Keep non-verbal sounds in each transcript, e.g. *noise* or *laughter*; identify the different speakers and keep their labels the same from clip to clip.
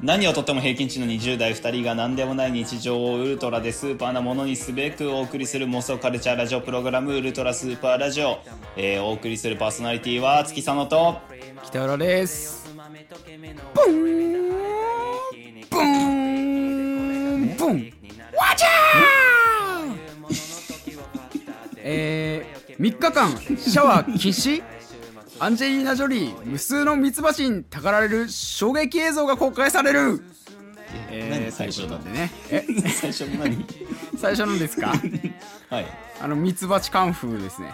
Speaker 1: 何をとっても平均値の20代2人が何でもない日常をウルトラでスーパーなものにすべくお送りする妄想カルチャーラジオプログラム「ウルトラスーパーラジオ」えーお送りするパーソナリティは月佐野と
Speaker 2: 北浦ですブンブンブンわちゃーえー、3日間シャワー禁止アンジェリーナ・ジョリー無数のミツバチにたかられる衝撃映像が公開されるえ
Speaker 1: 何
Speaker 2: ー、
Speaker 1: 最初
Speaker 2: とい
Speaker 1: の
Speaker 2: うことでねえ
Speaker 1: 最初の何
Speaker 2: 最初のですか
Speaker 1: はい
Speaker 2: あのミツバチカンフーですね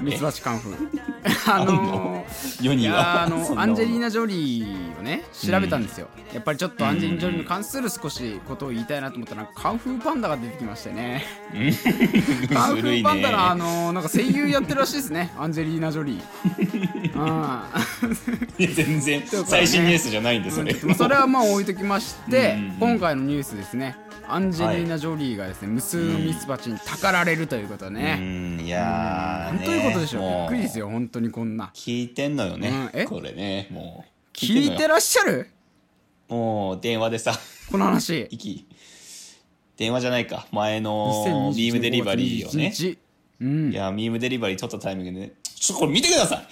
Speaker 2: ミツバチカンフーあのー、
Speaker 1: 世
Speaker 2: い
Speaker 1: に
Speaker 2: やー
Speaker 1: は
Speaker 2: あ
Speaker 1: そん
Speaker 2: の
Speaker 1: な
Speaker 2: アンジェリーナ・ジョリーをね調べたんですよ、やっぱりちょっとアンジェリーナ・ジョリーに関する少しことを言いたいなと思ったらなんかカンフーパンダが出てきましてねカンフ
Speaker 1: *laughs* 古い
Speaker 2: ーパン
Speaker 1: ね
Speaker 2: ダのあのなんか声優やってるらしいですねアンジェリーナ・ジョ
Speaker 1: *laughs*
Speaker 2: リーあ
Speaker 1: いや全然
Speaker 2: とかね
Speaker 1: 最新ニュースじゃないんでそれ
Speaker 2: ー *laughs* それはまあ置いときまし
Speaker 1: う
Speaker 2: て
Speaker 1: んうん
Speaker 2: 今回のニュースですねアンジェリーナ・ジョリーがですね無数のミツバチにたかられるということ
Speaker 1: う
Speaker 2: ね、
Speaker 1: んいやー
Speaker 2: 本当いうことでしょ、
Speaker 1: も
Speaker 2: びっ
Speaker 1: う
Speaker 2: くりですよ本当にこんな
Speaker 1: 聞いてんのよね、
Speaker 2: うんえ
Speaker 1: これねもう
Speaker 2: 聞い
Speaker 1: んの
Speaker 2: て
Speaker 1: よ
Speaker 2: らっしゃる
Speaker 1: もう電話でさ
Speaker 2: この話
Speaker 1: 息電話じゃないか前の
Speaker 2: 2021
Speaker 1: ビームデリバリーをね
Speaker 2: 5月21日うん
Speaker 1: いやビームデリバリー撮ったタイミングでねちょっとこれ見てください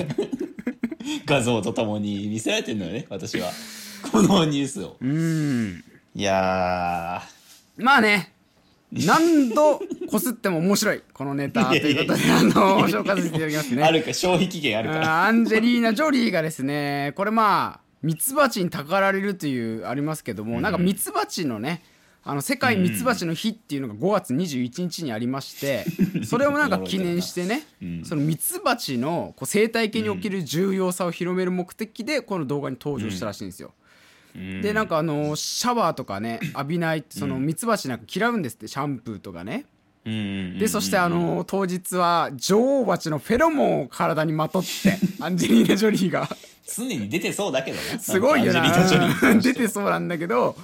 Speaker 1: *laughs* 画像とともに見せられてんのよね私はこのニュースを
Speaker 2: うん
Speaker 1: いや
Speaker 2: まあね何度こすっても面白いこのネタということであの紹介させていただきます
Speaker 1: ー、
Speaker 2: ね
Speaker 1: あるか消費期限ある
Speaker 2: うん
Speaker 1: から
Speaker 2: アンジェリーナ・ジョリーがですねこれまあミツバチにたかられるというありますけども、なんかミツバチのねあの世界ミツバチの日っていうのが5月21日にありま *laughs* して、それをなんか記念してね、そのミツバチのこう生態系における重要さを広める目的でこの動画に登場したらしいんですよ。でなんかあのシャワーとかね浴びないそのミツバチなんか嫌うんですってシャンプーとかね
Speaker 1: うんうん
Speaker 2: でそしてあの当日は女王蜂のフェロモンを体にまとって
Speaker 1: *laughs*
Speaker 2: アンジェリーナ・ジョリーが
Speaker 1: 常に出てそうだけどね
Speaker 2: *laughs* すごいよ
Speaker 1: アンジェリーナジョリー
Speaker 2: *laughs* な出てそうなんだけど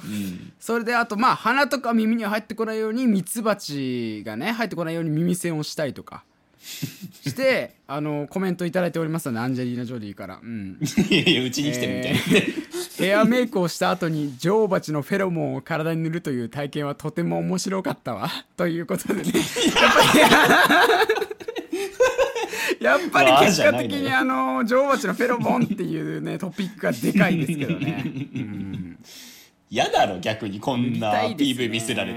Speaker 2: それであとまあ鼻とか耳には入ってこないようにミツバチがね入ってこないように耳栓をしたりとかしてあのコメントいただいておりますのでアンジェリーナ・ジョリーからうん
Speaker 1: いやいやうちに来てるみたいな、
Speaker 2: ヘアメイクをした後に女王蜂のフェロモンを体に塗るという体験はとても面白かったわということでね
Speaker 1: *laughs*
Speaker 2: やっぱりやっぱり結果的にあの女王蜂のフェロモンっていうねトピックがでかいですけど
Speaker 1: *laughs*
Speaker 2: ね
Speaker 1: 嫌だろ逆にこんな
Speaker 2: 痛いですね
Speaker 1: PV 見せられ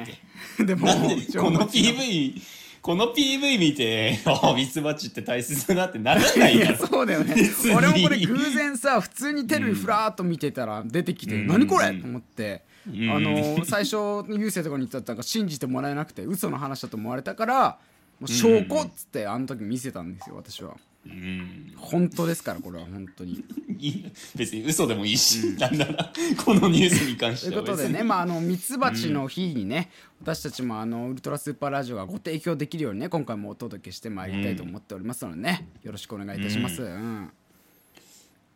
Speaker 1: て、
Speaker 2: でも
Speaker 1: なんで
Speaker 2: 女 *laughs*
Speaker 1: こ
Speaker 2: 王
Speaker 1: の
Speaker 2: 蜂
Speaker 1: PV この PV 見て「あミツバチって大切だな」ってならない
Speaker 2: い
Speaker 1: だ
Speaker 2: や
Speaker 1: ろ
Speaker 2: *laughs* そうだよね
Speaker 1: 別に
Speaker 2: 俺もこれ偶然さ普通にテレビふらーっと見てたら出てきて「何これ!」と思って。あの最初郵政とかに行ったらなんか信じてもらえなくて嘘の話だと思われたからもう証拠っつってあの時見せたんですよ私は
Speaker 1: うん
Speaker 2: 本当ですからこれは本当に
Speaker 1: いい別に嘘でもいいし、なんならこのニュースに関し
Speaker 2: とい
Speaker 1: て
Speaker 2: うこ
Speaker 1: は
Speaker 2: とでね、まあ、あのミツバチの日にね、私たちもあのウルトラスーパーラジオがご提供できるようにね今回もお届けしてまいりたいと思っておりますのでね、よろしくお願いいたします、うん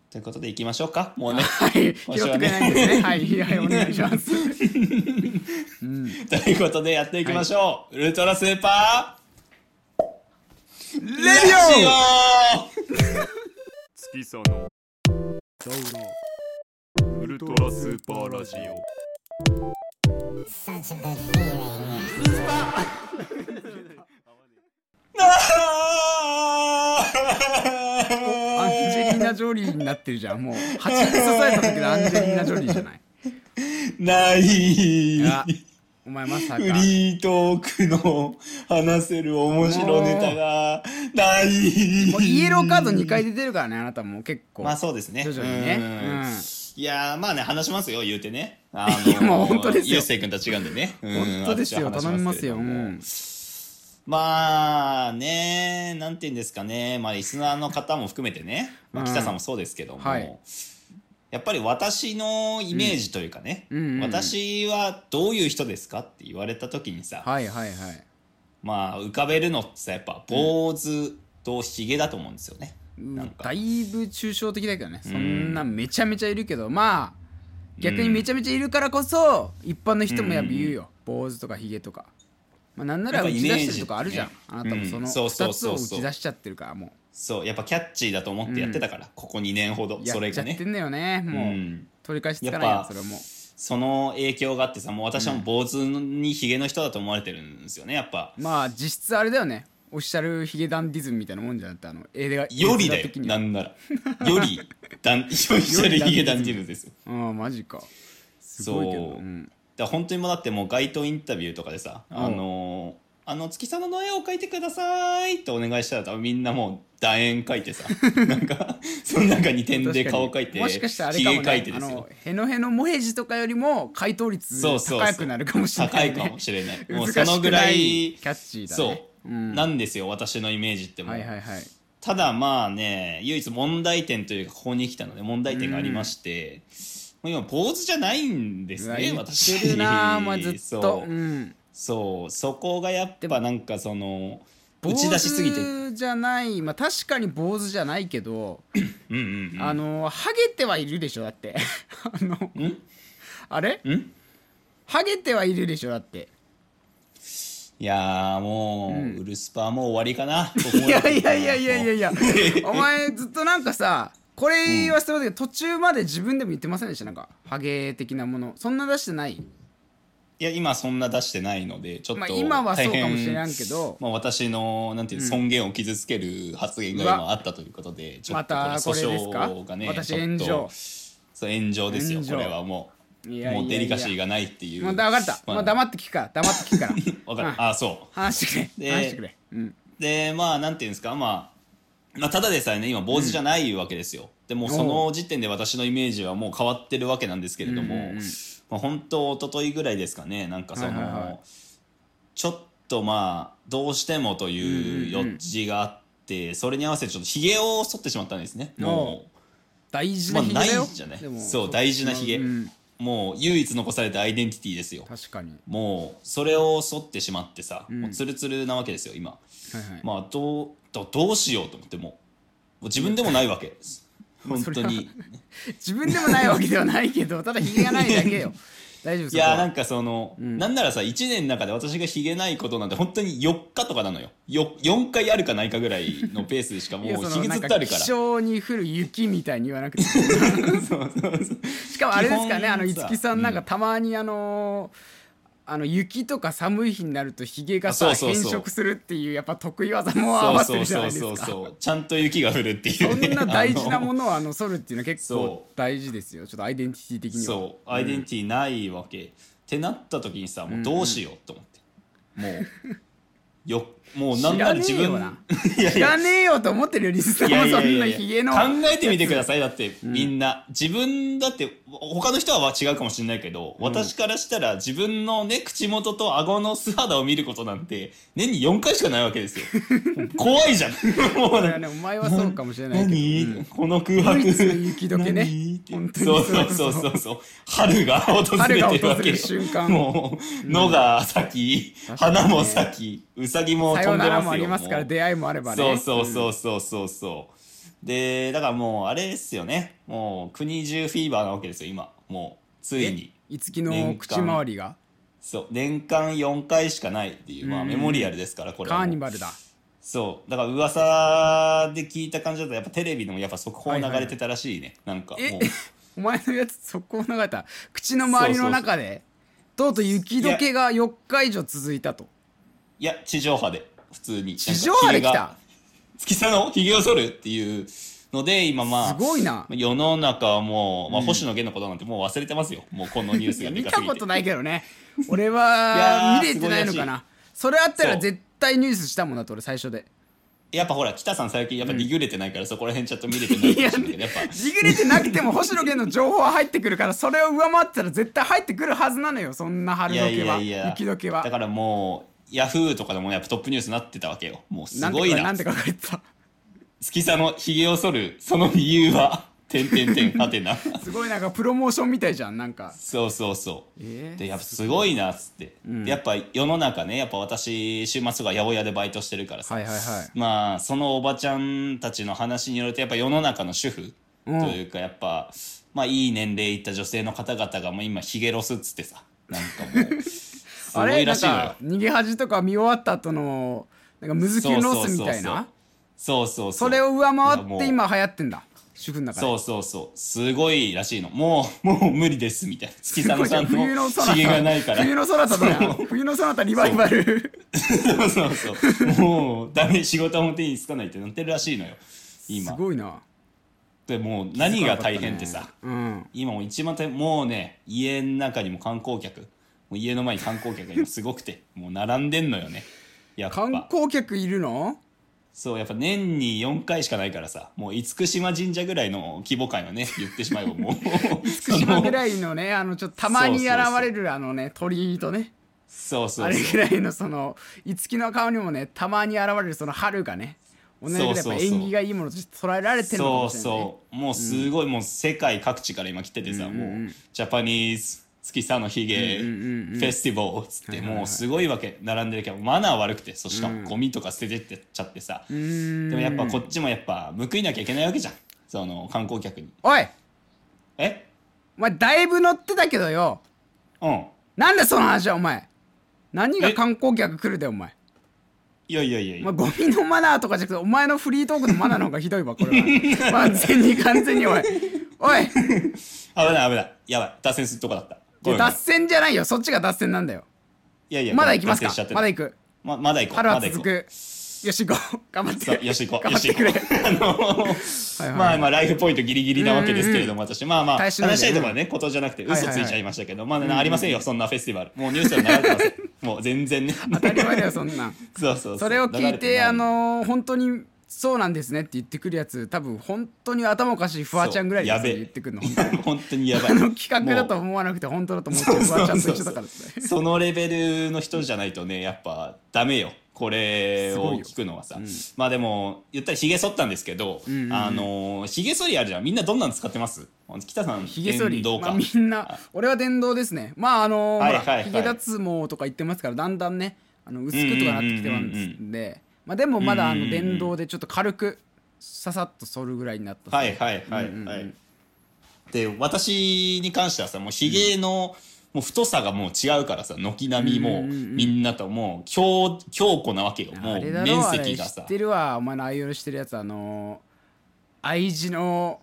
Speaker 1: ということでいきましょうか
Speaker 2: *laughs*
Speaker 1: もうね
Speaker 2: はい拾
Speaker 1: 今
Speaker 2: っ
Speaker 1: 週
Speaker 2: て
Speaker 1: は
Speaker 2: くれない
Speaker 1: ね
Speaker 2: んですねはいはいお願いします
Speaker 1: ということでやっていきましょう、ウルトラスーパーレディオ
Speaker 3: 月さのウルトラスーパーラジオ
Speaker 2: アンジェリーナ・ジョリーになってるじゃんもう蜂に刺された時のアンジェリーナ・ジョリーじゃない
Speaker 1: ない
Speaker 2: あお前まさか
Speaker 1: フリートークの話せる面白ネタがない
Speaker 2: もうイエローカード2回出てるからねあなたも結構、
Speaker 1: まあそうですね
Speaker 2: 徐々にね
Speaker 1: うん
Speaker 2: うん
Speaker 1: いやーまあね話しますよ言うてねあ
Speaker 2: いやもう本当ですよ
Speaker 1: ゆうせい君と違うんでね、うん
Speaker 2: 本当ですよ
Speaker 1: 私は
Speaker 2: 頼
Speaker 1: 話
Speaker 2: み
Speaker 1: し
Speaker 2: ます
Speaker 1: けれ
Speaker 2: よ、
Speaker 1: ど
Speaker 2: う
Speaker 1: も
Speaker 2: ん、
Speaker 1: まあねなんて言うんですかねまあリスナーの方も含めてね、まあ、
Speaker 2: うん
Speaker 1: 北さんもそうですけども、
Speaker 2: はい
Speaker 1: やっぱり私のイメージというかね、
Speaker 2: うんうんうんうん
Speaker 1: 私はどういう人ですかって言われた時にさ、
Speaker 2: はいはいはい
Speaker 1: まあ浮かべるのってさやっぱ坊主とひげだと思うんですよね、なんか
Speaker 2: だいぶ抽象的だけどねそんなめちゃめちゃいるけどまあ逆にめちゃめちゃいるからこそ一般の人もやっぱ言うよ、坊主とかヒゲとかまあ、なんな
Speaker 1: や
Speaker 2: ら
Speaker 1: っ
Speaker 2: 打
Speaker 1: ぱイメ
Speaker 2: ち出
Speaker 1: ージ
Speaker 2: してるとかあるじゃん、
Speaker 1: うん
Speaker 2: あなたもその
Speaker 1: うんそうそう
Speaker 2: 2つ
Speaker 1: そ
Speaker 2: を
Speaker 1: う
Speaker 2: 打
Speaker 1: そう
Speaker 2: ち出しちゃってるからも
Speaker 1: そうやっぱキャッチーだと思ってやってたから、ここ2年ほど
Speaker 2: うや
Speaker 1: それ
Speaker 2: っちゃ
Speaker 1: が
Speaker 2: って
Speaker 1: ね
Speaker 2: んだよねもう、
Speaker 1: うん
Speaker 2: 取り返しつかない
Speaker 1: やっ
Speaker 2: やん
Speaker 1: ぱ
Speaker 2: それはもう
Speaker 1: その影響があってさもう私はもう坊主にヒゲの人だと思われてるんですよねやっぱ
Speaker 2: まあ実質あれだよねオフィシャルヒゲダンディズムみたいなもんじゃなくてあの映画
Speaker 1: よりだ
Speaker 2: 映
Speaker 1: よ
Speaker 2: 画的には
Speaker 1: なんならよりだん
Speaker 2: *laughs*
Speaker 1: よりそれヒゲダンディルですよ
Speaker 2: うんマジかす
Speaker 1: そ
Speaker 2: ご
Speaker 1: う
Speaker 2: いけど、うん、
Speaker 1: だから本当にもうだってもう街頭インタビューとかでさ「
Speaker 2: ん
Speaker 1: あのーあの月様の絵を描いてください」ってお願いしたら多分みんなもう楕円描いて
Speaker 2: *laughs*
Speaker 1: さなんかその中に点で顔描い
Speaker 2: 確か
Speaker 1: て
Speaker 2: にもしかしたらあれかも
Speaker 1: ひげ描い
Speaker 2: ね
Speaker 1: て
Speaker 2: あ
Speaker 1: ですよ
Speaker 2: のヘノヘノモヘジとかよりも回答率
Speaker 1: そうそうそう
Speaker 2: 高くなるかもしれな
Speaker 1: 高
Speaker 2: い、ね、
Speaker 1: いかもしれないもう
Speaker 2: 難し
Speaker 1: その
Speaker 2: く
Speaker 1: ぐ
Speaker 2: な
Speaker 1: ら
Speaker 2: い
Speaker 1: い
Speaker 2: キャッチーだね
Speaker 1: そう、
Speaker 2: ん
Speaker 1: なんですよ私のイメージってもう、
Speaker 2: はいはいはい
Speaker 1: ただまあね唯一問題点というかここに来たので問題点がありまして、もう今坊主じゃないんです
Speaker 2: うわ
Speaker 1: ね
Speaker 2: 言っ
Speaker 1: 私
Speaker 2: てるなもうずっと
Speaker 1: そう、
Speaker 2: うん
Speaker 1: そうそこがやっぱなんかその打
Speaker 2: 坊
Speaker 1: ち出しすぎてうん
Speaker 2: 主じゃないまあ確かに坊主じゃないけど、
Speaker 1: *coughs* うんうん
Speaker 2: あのハゲてはいるでしょだって *laughs* あの
Speaker 1: ん
Speaker 2: あれ
Speaker 1: ん
Speaker 2: ハゲてはいるでしょだって
Speaker 1: いやーもう、ウルスパーもう終わりかな
Speaker 2: いやいやいやいやいやい
Speaker 1: や *laughs*
Speaker 2: やお前ずっとなんかさこれ言わせてもらったけど、途中まで自分でも言ってませんでしたなんかハゲ的なものそんな出してない
Speaker 1: いや今そんな出してないのでちょっと
Speaker 2: まあ
Speaker 1: 大変、
Speaker 2: 今はそうかもしれんけど
Speaker 1: まあ、私のなんていう尊厳を傷つける発言が
Speaker 2: う
Speaker 1: 今あったということで、ちょ
Speaker 2: ま
Speaker 1: っとこれ
Speaker 2: たこれですか
Speaker 1: 訴訟がね
Speaker 2: 私
Speaker 1: ちょっと
Speaker 2: 炎上
Speaker 1: そう炎上ですよ
Speaker 2: 炎上
Speaker 1: これはもう
Speaker 2: いやいやいや
Speaker 1: もうデリカシーがないっていう
Speaker 2: もうだ分かった、まあ、黙って聞くから黙って聞くから
Speaker 1: *laughs* わかる
Speaker 2: うん
Speaker 1: ああそう
Speaker 2: 話してくれ
Speaker 1: で
Speaker 2: 話してくれ、うん、
Speaker 1: でまあなんていうんですかまあまあ、ただでさえね今坊主じゃないわけですよ、でもうその時点で私のイメージはもう変わってるわけなんですけれども、
Speaker 2: うんうんうん
Speaker 1: まあ、本当一昨日ぐらいですかねなんかその、
Speaker 2: はいはいはい
Speaker 1: ちょっとまあどうしてもという余地があって、それに合わせてちょっとひげを剃ってしまったんですねもう。
Speaker 2: 大事
Speaker 1: ま
Speaker 2: な
Speaker 1: あ、な
Speaker 2: ヒゲ
Speaker 1: い
Speaker 2: だよ、
Speaker 1: じゃない
Speaker 2: でも
Speaker 1: そう大事なヒゲ、
Speaker 2: うん
Speaker 1: もう唯一残されたアイデンティティですよ
Speaker 2: 確かに
Speaker 1: もうそれを剃ってしまってさ、
Speaker 2: ん
Speaker 1: もうツルツルなわけですよ今
Speaker 2: はいはい
Speaker 1: まあどうどどうしようと思ってもうもう自分でもないわけです本当に
Speaker 2: 自分でもないわけではないけどただひげがないだけよ大丈夫
Speaker 1: いやーな
Speaker 2: なん
Speaker 1: んかその、なんならさ1年の中で私がひげないことなんて本当に4日とかなのよよ4回あるかないかぐらいのペースでしかもう
Speaker 2: いやそ
Speaker 1: ひ
Speaker 2: の
Speaker 1: げ
Speaker 2: な
Speaker 1: ず
Speaker 2: ん
Speaker 1: っ
Speaker 2: か
Speaker 1: とあるか
Speaker 2: 気
Speaker 1: ら
Speaker 2: 象に降る雪みたいに言わ
Speaker 1: *laughs*
Speaker 2: なくてしかもあれですか
Speaker 1: 基本
Speaker 2: ねあの
Speaker 1: さ
Speaker 2: 五木さんなんかたまにあのーあの雪とか寒い日になるとひげがさ
Speaker 1: あそうそうそう
Speaker 2: 変色するっていうやっぱ得意技も合
Speaker 1: そう
Speaker 2: わせて
Speaker 1: そ
Speaker 2: る
Speaker 1: うそ
Speaker 2: じゃないうです
Speaker 1: そう
Speaker 2: か
Speaker 1: そうちゃんと雪が降るってい
Speaker 2: そ
Speaker 1: うんね
Speaker 2: な大事な
Speaker 1: あの
Speaker 2: ものをあの剃るっていうのは結構
Speaker 1: そ
Speaker 2: 大事ですよちょっとアイデンティティ的には
Speaker 1: そうアイデンティティないわけ、ってなった時にさもうどうしようと思って、もうよもうなんなら自分
Speaker 2: 知らね
Speaker 1: *laughs* いやい
Speaker 2: 知ら
Speaker 1: や
Speaker 2: ねえよと思ってるよリスナ
Speaker 1: いや
Speaker 2: ー
Speaker 1: い
Speaker 2: も
Speaker 1: や
Speaker 2: そん
Speaker 1: いや
Speaker 2: ないひげの
Speaker 1: 考えてみてくださいだってみんな、自分だって他の人は違うかもしれないけど、私からしたら自分のね口元と顎の素肌を見ることなんて年に4回しかないわけですよ *laughs* 怖
Speaker 2: *laughs*
Speaker 1: いじゃんもう
Speaker 2: いやねお前はそうかもしれないけど
Speaker 1: 何、この空白
Speaker 2: 唯一の雪解けね
Speaker 1: 何って
Speaker 2: 本当に
Speaker 1: そうそうそうそうそう春が訪れてるわけよ
Speaker 2: 春が訪れる瞬間
Speaker 1: もう野が咲き、
Speaker 2: 確かにね
Speaker 1: 花も咲きうさぎも
Speaker 2: さ
Speaker 1: 飛
Speaker 2: よ
Speaker 1: ん
Speaker 2: な
Speaker 1: でま
Speaker 2: ら
Speaker 1: すよ
Speaker 2: もありますか
Speaker 1: も
Speaker 2: ら
Speaker 1: う
Speaker 2: 出会いもあればね
Speaker 1: そうそうそうそうそうそうでだからもうあれですよねもう国中フィーバーなわけですよ今もうついに
Speaker 2: 五木の口周りが
Speaker 1: そう年間4回しかないっていう、まあ、メモリアルですからこれ
Speaker 2: カ
Speaker 1: は
Speaker 2: ー
Speaker 1: もう
Speaker 2: ニバルだ
Speaker 1: そうだから噂で聞いた感じだとやっぱテレビでもやっぱ速報流れてたらしいね、なんか
Speaker 2: え
Speaker 1: もう
Speaker 2: お前のやつ速攻流れた口の周りの中でとうとう雪解けが4日以上続いたと
Speaker 1: いや地上波で普通に
Speaker 2: 地上波で来
Speaker 1: なんかひげ
Speaker 2: た
Speaker 1: が月さのひげを剃るっていうので今まあ
Speaker 2: すごいな
Speaker 1: 世の中はもう、まあ、星野源のことなんてもう忘れてますよ、もうこのニュース
Speaker 2: *laughs* い
Speaker 1: が
Speaker 2: や
Speaker 1: で
Speaker 2: 見
Speaker 1: かす
Speaker 2: た
Speaker 1: ぎて
Speaker 2: ことないけ
Speaker 1: *laughs*
Speaker 2: どね俺
Speaker 1: いや
Speaker 2: は
Speaker 1: ー
Speaker 2: 見れてないのか
Speaker 1: すごいらし
Speaker 2: なそれあったら
Speaker 1: そう
Speaker 2: 絶対ニュースしたもんだと俺最初で
Speaker 1: やっぱほら北さん最近やっぱリグれてないから、そこら辺ちょっと見れてないかもしれないけどやっぱ
Speaker 2: ちぎれてなくても星野源の情報は入ってくるからそれを上回ってたら絶対入ってくるはずなのよそんな春
Speaker 1: い
Speaker 2: 時
Speaker 1: や
Speaker 2: はい
Speaker 1: やいや
Speaker 2: 雪解け
Speaker 1: だ
Speaker 2: は
Speaker 1: からもうヤフーとかでもやっぱトップニュースになってたわけよもうす
Speaker 2: なんて
Speaker 1: ご
Speaker 2: 書い
Speaker 1: い
Speaker 2: てな
Speaker 1: なん
Speaker 2: て書かれてた
Speaker 1: 月さのひげを剃るその理由は *laughs* 「てんてんてんはてな」
Speaker 2: すごいなんかプロモーションみたいじゃんなんか
Speaker 1: そうそうそう、
Speaker 2: えー
Speaker 1: でやっぱすごいなっつって、でやっぱ世の中ねやっぱ私週末とか八百屋でバイトしてるからさ、
Speaker 2: はいはいはい
Speaker 1: まあそのおばちゃんたちの話によるとやっぱ世の中の主婦と
Speaker 2: うん
Speaker 1: いうかやっぱ、
Speaker 2: *laughs*
Speaker 1: まあいい年齢いった女性の方々がもう今ヒゲロスっつってさなんかもうす
Speaker 2: あ
Speaker 1: ご
Speaker 2: れ
Speaker 1: い
Speaker 2: な
Speaker 1: ら
Speaker 2: ん
Speaker 1: しいのよ
Speaker 2: か逃げ恥とか見終わった後のなんかムズキュンロースみたいな
Speaker 1: そうそうそう
Speaker 2: それを上回って今流行ってんだ主婦の中で
Speaker 1: そうそうそうすごいらしいのもうもう無理ですみたいな月佐野さん
Speaker 2: 冬
Speaker 1: の
Speaker 2: のソナタ
Speaker 1: ひげがないから
Speaker 2: 冬のソナタだな冬のソナタリバイバル
Speaker 1: そうそうそうもうダメ仕事も手につかないってなってるらしいのよ
Speaker 2: す
Speaker 1: 今
Speaker 2: ごいな
Speaker 1: でもう何が大変ってさ
Speaker 2: うん
Speaker 1: 今もう一番大変もうね家の中にも観光客もう家の前に観光客が今すごくてもう並んでんのよねやっ
Speaker 2: 観
Speaker 1: ぱ
Speaker 2: 光客いるの
Speaker 1: そうやっぱ年に4回しかないからさもう厳島神社ぐらいの規模感よね言ってしまえばもう
Speaker 2: 福島ぐらいのねあのちょっとたまに現れるあのね鳥居とね
Speaker 1: そうそう
Speaker 2: あれ
Speaker 1: そう
Speaker 2: ぐらいのその五木の顔にもねたまに現れるその春がね同じぐらいやっ
Speaker 1: そうそ
Speaker 2: ぱ
Speaker 1: うそう
Speaker 2: 縁起がいいものとして捉えられてるのか
Speaker 1: そう
Speaker 2: もしれないね
Speaker 1: そうもうすごい、もう世界各地から今来ててさ、もうジャパニーズ月さんのヒゲフェスティバルっつって、もうすごいわけ並んでるけどマナー悪くてそしかもゴミとか捨ててってっちゃってさ、でもやっぱこっちもやっぱ報いなきゃいけないわけじゃんその観光客に
Speaker 2: おい
Speaker 1: え
Speaker 2: お前だいぶ乗ってたけどよ
Speaker 1: うん
Speaker 2: なんでその話はお前何が観光客来るだよお前
Speaker 1: いやいやいやい
Speaker 2: ま
Speaker 1: や
Speaker 2: あ、ゴミのマナーとかじゃなくてお前のフリートークのマナーの方がひどいわこれ
Speaker 1: *laughs*
Speaker 2: は完全に完全においおい
Speaker 1: 危ない危ないやばい脱線するとこだったごめんごめん
Speaker 2: 脱線じゃないよそっちが脱線なんだよ
Speaker 1: いやいや
Speaker 2: まだ行きます
Speaker 1: 脱線しちゃっ
Speaker 2: か
Speaker 1: てた
Speaker 2: まだ行く
Speaker 1: ままだ行こう
Speaker 2: 春は
Speaker 1: まだ行こ
Speaker 2: 続
Speaker 1: う
Speaker 2: くよし行こう頑張っ
Speaker 1: そう
Speaker 2: て
Speaker 1: よし行こう
Speaker 2: 頑
Speaker 1: よ
Speaker 2: 張っ
Speaker 1: して行こう
Speaker 2: くれ
Speaker 1: あの
Speaker 2: いはい
Speaker 1: まあまあライフポイントギリギリなわけですけれども私まあまあ
Speaker 2: 耐え
Speaker 1: 話
Speaker 2: 忍んで
Speaker 1: したいところはねことじゃなくて
Speaker 2: はいはい
Speaker 1: 嘘ついちゃいましたけどまあなありませんよそんなフェスティバルもうニュースでも流れてません *laughs* もう全然ね
Speaker 2: 当たり前だよそんなん
Speaker 1: *laughs* そうそうそう
Speaker 2: それを聞い
Speaker 1: 流れ
Speaker 2: て
Speaker 1: な
Speaker 2: あのー本当にそうなんですねって言ってくるやつ多分本当に頭おかしいフワちゃんぐらいで
Speaker 1: そう
Speaker 2: す
Speaker 1: やべえ
Speaker 2: 言ってくるの
Speaker 1: *laughs* 本当にやばい
Speaker 2: あの企画だと
Speaker 1: もう
Speaker 2: 思わなくて本当だと思っちゃうフワちゃんと一緒だからね
Speaker 1: *laughs* そのレベルの人じゃないとねやっぱダメよこれを聞くのはさ、まあでも言ったらひげ剃ったんですけど、あのひげ剃りあるじゃんみんなどんなの使ってます北さん
Speaker 2: ひげ剃り、
Speaker 1: 電動か、
Speaker 2: まあ、みんな俺は電動ですねまああの
Speaker 1: はい
Speaker 2: ほ
Speaker 1: はいは
Speaker 2: ら
Speaker 1: い
Speaker 2: ひげ脱毛とか言ってますからだんだんねあの薄くとかなってきてますんで、
Speaker 1: うんうん
Speaker 2: まあ、でもまだあ
Speaker 1: うんう
Speaker 2: の
Speaker 1: んうん
Speaker 2: 電動でちょっと軽くささっと剃るぐらいになったっすね
Speaker 1: はいはいはいはい、で私に関してはさもうひげの、もう太さがもう違うからさ軒並みもうみんなともう強強固なわけよも
Speaker 2: あ
Speaker 1: う
Speaker 2: れだろ
Speaker 1: 面
Speaker 2: あれ
Speaker 1: 積
Speaker 2: 知
Speaker 1: がさ
Speaker 2: ってるわお前の愛用してるやつあの愛知の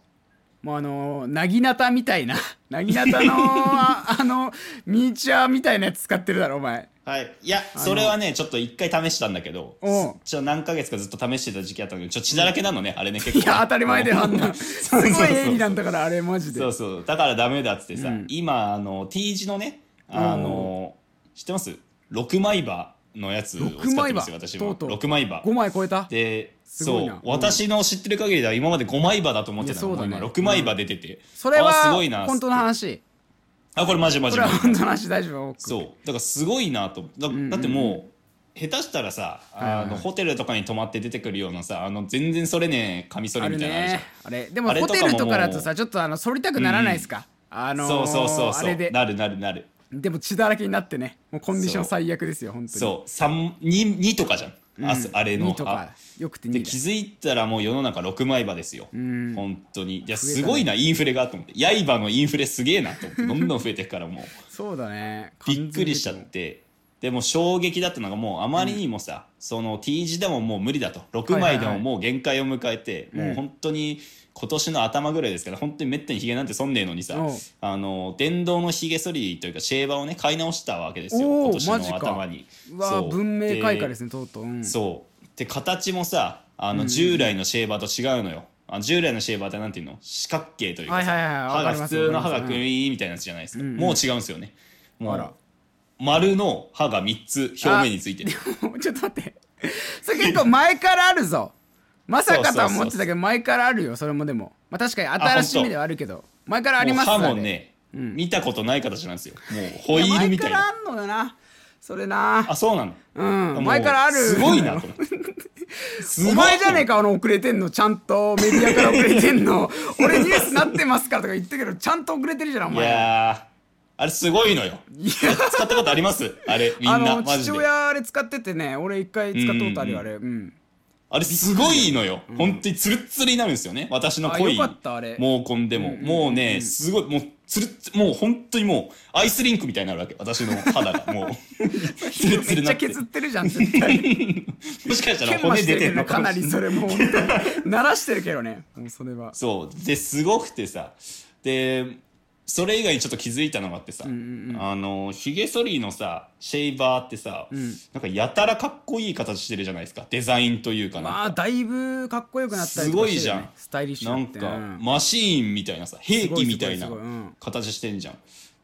Speaker 2: もうあのなぎなたみたいななぎなたのああのミニチュアみたいなやつ使ってるだろお前
Speaker 1: はいいやそれはねちょっと一回試したんだけど
Speaker 2: うん
Speaker 1: ちょ何ヶ月かずっと試してた時期あったんだけどちょっと血だらけなのねあれね結構 *laughs*
Speaker 2: いや当たり前だよあんなすご
Speaker 1: うそうそう
Speaker 2: い鋭利なんだからあれマジで
Speaker 1: そうそうだからダメだっつってさ、今あの T 字のねあの知ってます六枚刃のやつを使ってますよ私
Speaker 2: と
Speaker 1: も
Speaker 2: うとう
Speaker 1: 六枚刃
Speaker 2: 5枚超えた
Speaker 1: で、
Speaker 2: すご
Speaker 1: そ
Speaker 2: いうなうん、
Speaker 1: 私の知ってる限りでは今まで5枚刃だと思ってたの
Speaker 2: いやそうだね
Speaker 1: もう今6枚刃出てて、
Speaker 2: それ
Speaker 1: あすごい
Speaker 2: は
Speaker 1: な
Speaker 2: 本当の話
Speaker 1: あこれマジマ
Speaker 2: こ
Speaker 1: ジ
Speaker 2: れは
Speaker 1: マジ
Speaker 2: 本当の話大丈夫
Speaker 1: そうだからすごいなとだだってもう下手したらさ
Speaker 2: いはい
Speaker 1: あのホテルとかに泊まって出てくるようなさあの全然それねえカミソ
Speaker 2: あ
Speaker 1: リ
Speaker 2: る
Speaker 1: みたいなのあるじゃん
Speaker 2: ねあれでも
Speaker 1: あれ
Speaker 2: ホ
Speaker 1: とかも
Speaker 2: テルとかだとさちょっとあの反りたくならないですか、あのー
Speaker 1: そうそうそうそ
Speaker 2: あれで
Speaker 1: うなるなるなる
Speaker 2: でも血だらけになってねもうコンディション最悪ですよ本当に
Speaker 1: そう三二二とかじゃん、あすあれの
Speaker 2: 2とか
Speaker 1: あ
Speaker 2: よくて
Speaker 1: で気
Speaker 2: 2
Speaker 1: づいたらもう世の中6枚刃ですよ、本当にいや
Speaker 2: 増えたね
Speaker 1: すごいなインフレがと思って刃のインフレすげえなと思ってどんどん増えていくからもう
Speaker 2: そうだね
Speaker 1: びっくりしちゃってでも衝撃だったのがもうあまりにもさ、その T 字でももう無理だと6枚でももう限界を迎えて、もう本当に今年の頭ぐらいですから本当にめったにひげなんてそんねえのにさ、
Speaker 2: うん
Speaker 1: あの電動のひげ剃りというかシェーバーをね買い直したわけですよ
Speaker 2: おー
Speaker 1: 今年
Speaker 2: マジか
Speaker 1: の頭に。
Speaker 2: うわ
Speaker 1: そう
Speaker 2: 文明開化です
Speaker 1: で
Speaker 2: ねとうとう、うん、
Speaker 1: そうで形もさあの従来のシェーバーと違うのよ。あ従来のシェーバーってなんていうの四角形というかさ、
Speaker 2: はいはいはいわ
Speaker 1: 歯
Speaker 2: か
Speaker 1: が
Speaker 2: りま
Speaker 1: 普
Speaker 2: す
Speaker 1: 通の
Speaker 2: わ
Speaker 1: 歯
Speaker 2: かります
Speaker 1: がグイーンみたいなやつじゃないですか、もう違うんですよねも
Speaker 2: あら
Speaker 1: う丸の歯が3つ表面についてる
Speaker 2: ちょっと待ってそれ結構前からあるぞまさかとは思
Speaker 1: そ
Speaker 2: ってた
Speaker 1: うそう
Speaker 2: けど前からあるよそれもでもまあ確かに新しい意味ではあるけど前 *laughs* からあり
Speaker 1: もう
Speaker 2: ます
Speaker 1: 歯
Speaker 2: あ
Speaker 1: も
Speaker 2: れ
Speaker 1: ね、見たことない形なんですよもうホイ
Speaker 2: い
Speaker 1: ー
Speaker 2: や
Speaker 1: ル
Speaker 2: 前
Speaker 1: みた
Speaker 2: か
Speaker 1: い
Speaker 2: らあ
Speaker 1: なん
Speaker 2: のよなそれな
Speaker 1: あそうなの、
Speaker 2: う
Speaker 1: も
Speaker 2: ん前からある
Speaker 1: すごいなと思ってすごい
Speaker 2: *laughs* お前じゃねえかあの遅れてんのちゃんとメディアから遅れて
Speaker 1: *laughs*
Speaker 2: んの俺ニュースなってますからとか言ってるけどちゃんと遅れてるじゃんお
Speaker 1: い
Speaker 2: 前
Speaker 1: やーあれすごいのよ使ったことありますあれみん
Speaker 2: あ
Speaker 1: な
Speaker 2: の
Speaker 1: マジ
Speaker 2: 父
Speaker 1: で
Speaker 2: 親あれ使っててね俺一回使ったことあるよあれうん
Speaker 1: あれすごいのよ、本当にツルッツルになるんですよね私の
Speaker 2: あ
Speaker 1: 濃い
Speaker 2: よかったあれ
Speaker 1: 毛根でも、もうねすごいもうつるっつもう本当にもうアイスリンクみたいになるわけ私の肌が
Speaker 2: *laughs*
Speaker 1: もうつるつ
Speaker 2: め
Speaker 1: る
Speaker 2: っち
Speaker 1: な
Speaker 2: ゃ
Speaker 1: って
Speaker 2: 削ってるじゃん絶対
Speaker 1: もしかしたら
Speaker 2: 研磨
Speaker 1: 骨
Speaker 2: して
Speaker 1: 出
Speaker 2: る
Speaker 1: て
Speaker 2: け
Speaker 1: る
Speaker 2: ど
Speaker 1: のか
Speaker 2: か
Speaker 1: も
Speaker 2: な
Speaker 1: しれ
Speaker 2: り
Speaker 1: ない
Speaker 2: それもう本当に鳴らしてるけどねもうそれは
Speaker 1: そうですごくてさでそれ以外にちょっと気づいたのがあってさ、あのひげ剃りのさシェイバーってさ、なんかやたらかっこいい形してるじゃないですかデザインというかな
Speaker 2: まあだいぶかっこよくなったり
Speaker 1: す
Speaker 2: とか
Speaker 1: ご
Speaker 2: し
Speaker 1: い
Speaker 2: てるよね
Speaker 1: じゃん
Speaker 2: スタイリッシュ
Speaker 1: な
Speaker 2: に
Speaker 1: ん
Speaker 2: って
Speaker 1: か、
Speaker 2: うん
Speaker 1: マシーンみたいなさ兵器みたいな
Speaker 2: すごいすごいすごいうん
Speaker 1: 形してんじゃん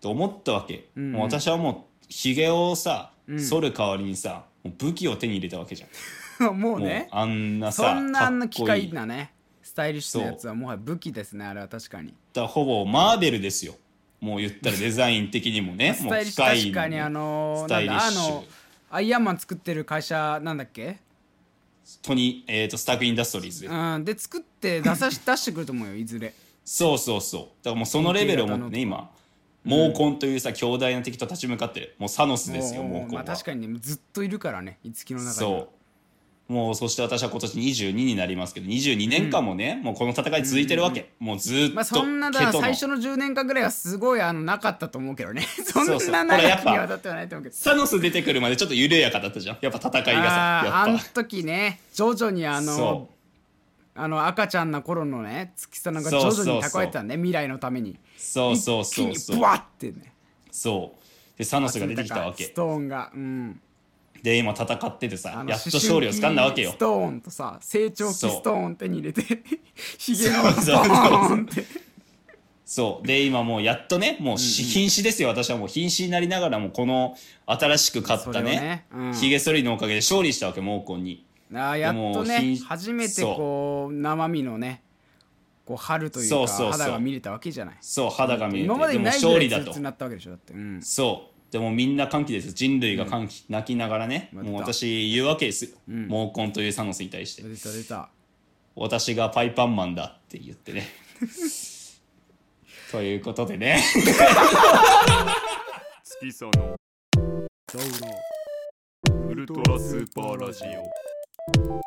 Speaker 1: と思ったわけ、もう私はもうひげをさ剃る代わりにさ、もう武器を手に入れたわけじゃん、
Speaker 2: もう
Speaker 1: もう
Speaker 2: ね
Speaker 1: あんなさ
Speaker 2: そんなあんな機
Speaker 1: かっこい
Speaker 2: 械
Speaker 1: いだか
Speaker 2: なねスタイリッシュなやつはもはや武器ですねあれは確かに
Speaker 1: らほぼマーベルですよもう言ったらデザイン的にもね
Speaker 2: *laughs* ス
Speaker 1: もう
Speaker 2: タイリッシュ確かに
Speaker 1: ね
Speaker 2: あの
Speaker 1: ス
Speaker 2: な
Speaker 1: タ
Speaker 2: ん
Speaker 1: イリ
Speaker 2: だ
Speaker 1: ッ
Speaker 2: あ
Speaker 1: シュ
Speaker 2: のアイアンマン作ってる会社なんだっけ
Speaker 1: トニー、えー、とスターク・インダストリーズで、
Speaker 2: うんで作って出さし出してくると思うよいず *laughs* れ
Speaker 1: そうそうそうだからもうそのレベルを持ってね今猛根というさ強大な敵と立ち向かってるもうサノスですよ猛
Speaker 2: もう
Speaker 1: 根
Speaker 2: ま
Speaker 1: は、
Speaker 2: あ確かにねずっといるからねいつきの中には
Speaker 1: そうもうそして私は今年22になりますけど22年間もね、もうこの戦い続いてるわけ、もうずーっと、
Speaker 2: まあそんなだ
Speaker 1: 毛との
Speaker 2: 最初の10年間ぐらいはすごいあのなかったと思うけど
Speaker 1: *laughs*
Speaker 2: ねそん
Speaker 1: そうそう
Speaker 2: な
Speaker 1: これや
Speaker 2: 長
Speaker 1: っ
Speaker 2: き
Speaker 1: ぱ
Speaker 2: にわたってはないと思うけど
Speaker 1: サノス出てくるまでちょっと緩やかだったじゃんやっぱ戦いがさ
Speaker 2: あー
Speaker 1: や
Speaker 2: あ
Speaker 1: っ
Speaker 2: の
Speaker 1: ぱ
Speaker 2: 時ね徐々にあの
Speaker 1: そう
Speaker 2: あの赤ちゃんの頃のね月さんが徐
Speaker 1: そう
Speaker 2: 々
Speaker 1: そ
Speaker 2: に
Speaker 1: うそう
Speaker 2: 蓄えてたね未来のために
Speaker 1: そうそうそう
Speaker 2: 一気
Speaker 1: そ
Speaker 2: に
Speaker 1: う
Speaker 2: ブワッてね
Speaker 1: そうでサノスが出てきたわ
Speaker 2: ス
Speaker 1: け
Speaker 2: トーンがうん
Speaker 1: で今戦っててさ
Speaker 2: あの
Speaker 1: やっと勝利をつかんだわけよ
Speaker 2: 思春期ストーンとさ成長期ストーン手に入れて *laughs* ひげ
Speaker 1: そ
Speaker 2: の
Speaker 1: う
Speaker 2: ス
Speaker 1: そうそ
Speaker 2: ト
Speaker 1: う
Speaker 2: ーンって
Speaker 1: そう。で、今もうやっとね、もうし瀕死ですよ。私はもう瀕死になりながらも、この新しく買っ
Speaker 2: それ
Speaker 1: た
Speaker 2: を
Speaker 1: ね
Speaker 2: ねうん、
Speaker 1: ヒゲ剃りのおかげで勝利したわけ、猛虎に。
Speaker 2: あーやっと
Speaker 1: でも
Speaker 2: ね
Speaker 1: ひ
Speaker 2: 初めてこう生身のねこう春というか
Speaker 1: そうそうそう
Speaker 2: 肌が見れたわけじゃない
Speaker 1: そう、肌が見えて、で
Speaker 2: 今
Speaker 1: も
Speaker 2: までにないぐ
Speaker 1: 勝
Speaker 2: らい
Speaker 1: 利だ
Speaker 2: ツ
Speaker 1: と
Speaker 2: に。なったわけでしょだってうん
Speaker 1: そう。でもみんな歓喜です。人類が歓喜。泣きながらね、
Speaker 2: また
Speaker 1: もう私言うわけですよ。猛虎というサノスに対して。
Speaker 2: 出た出た
Speaker 1: 私がパイパンマンだって言ってね。 *laughs* ということでね。
Speaker 3: 月その
Speaker 2: どうどう
Speaker 3: ウルトラスーパーラジオ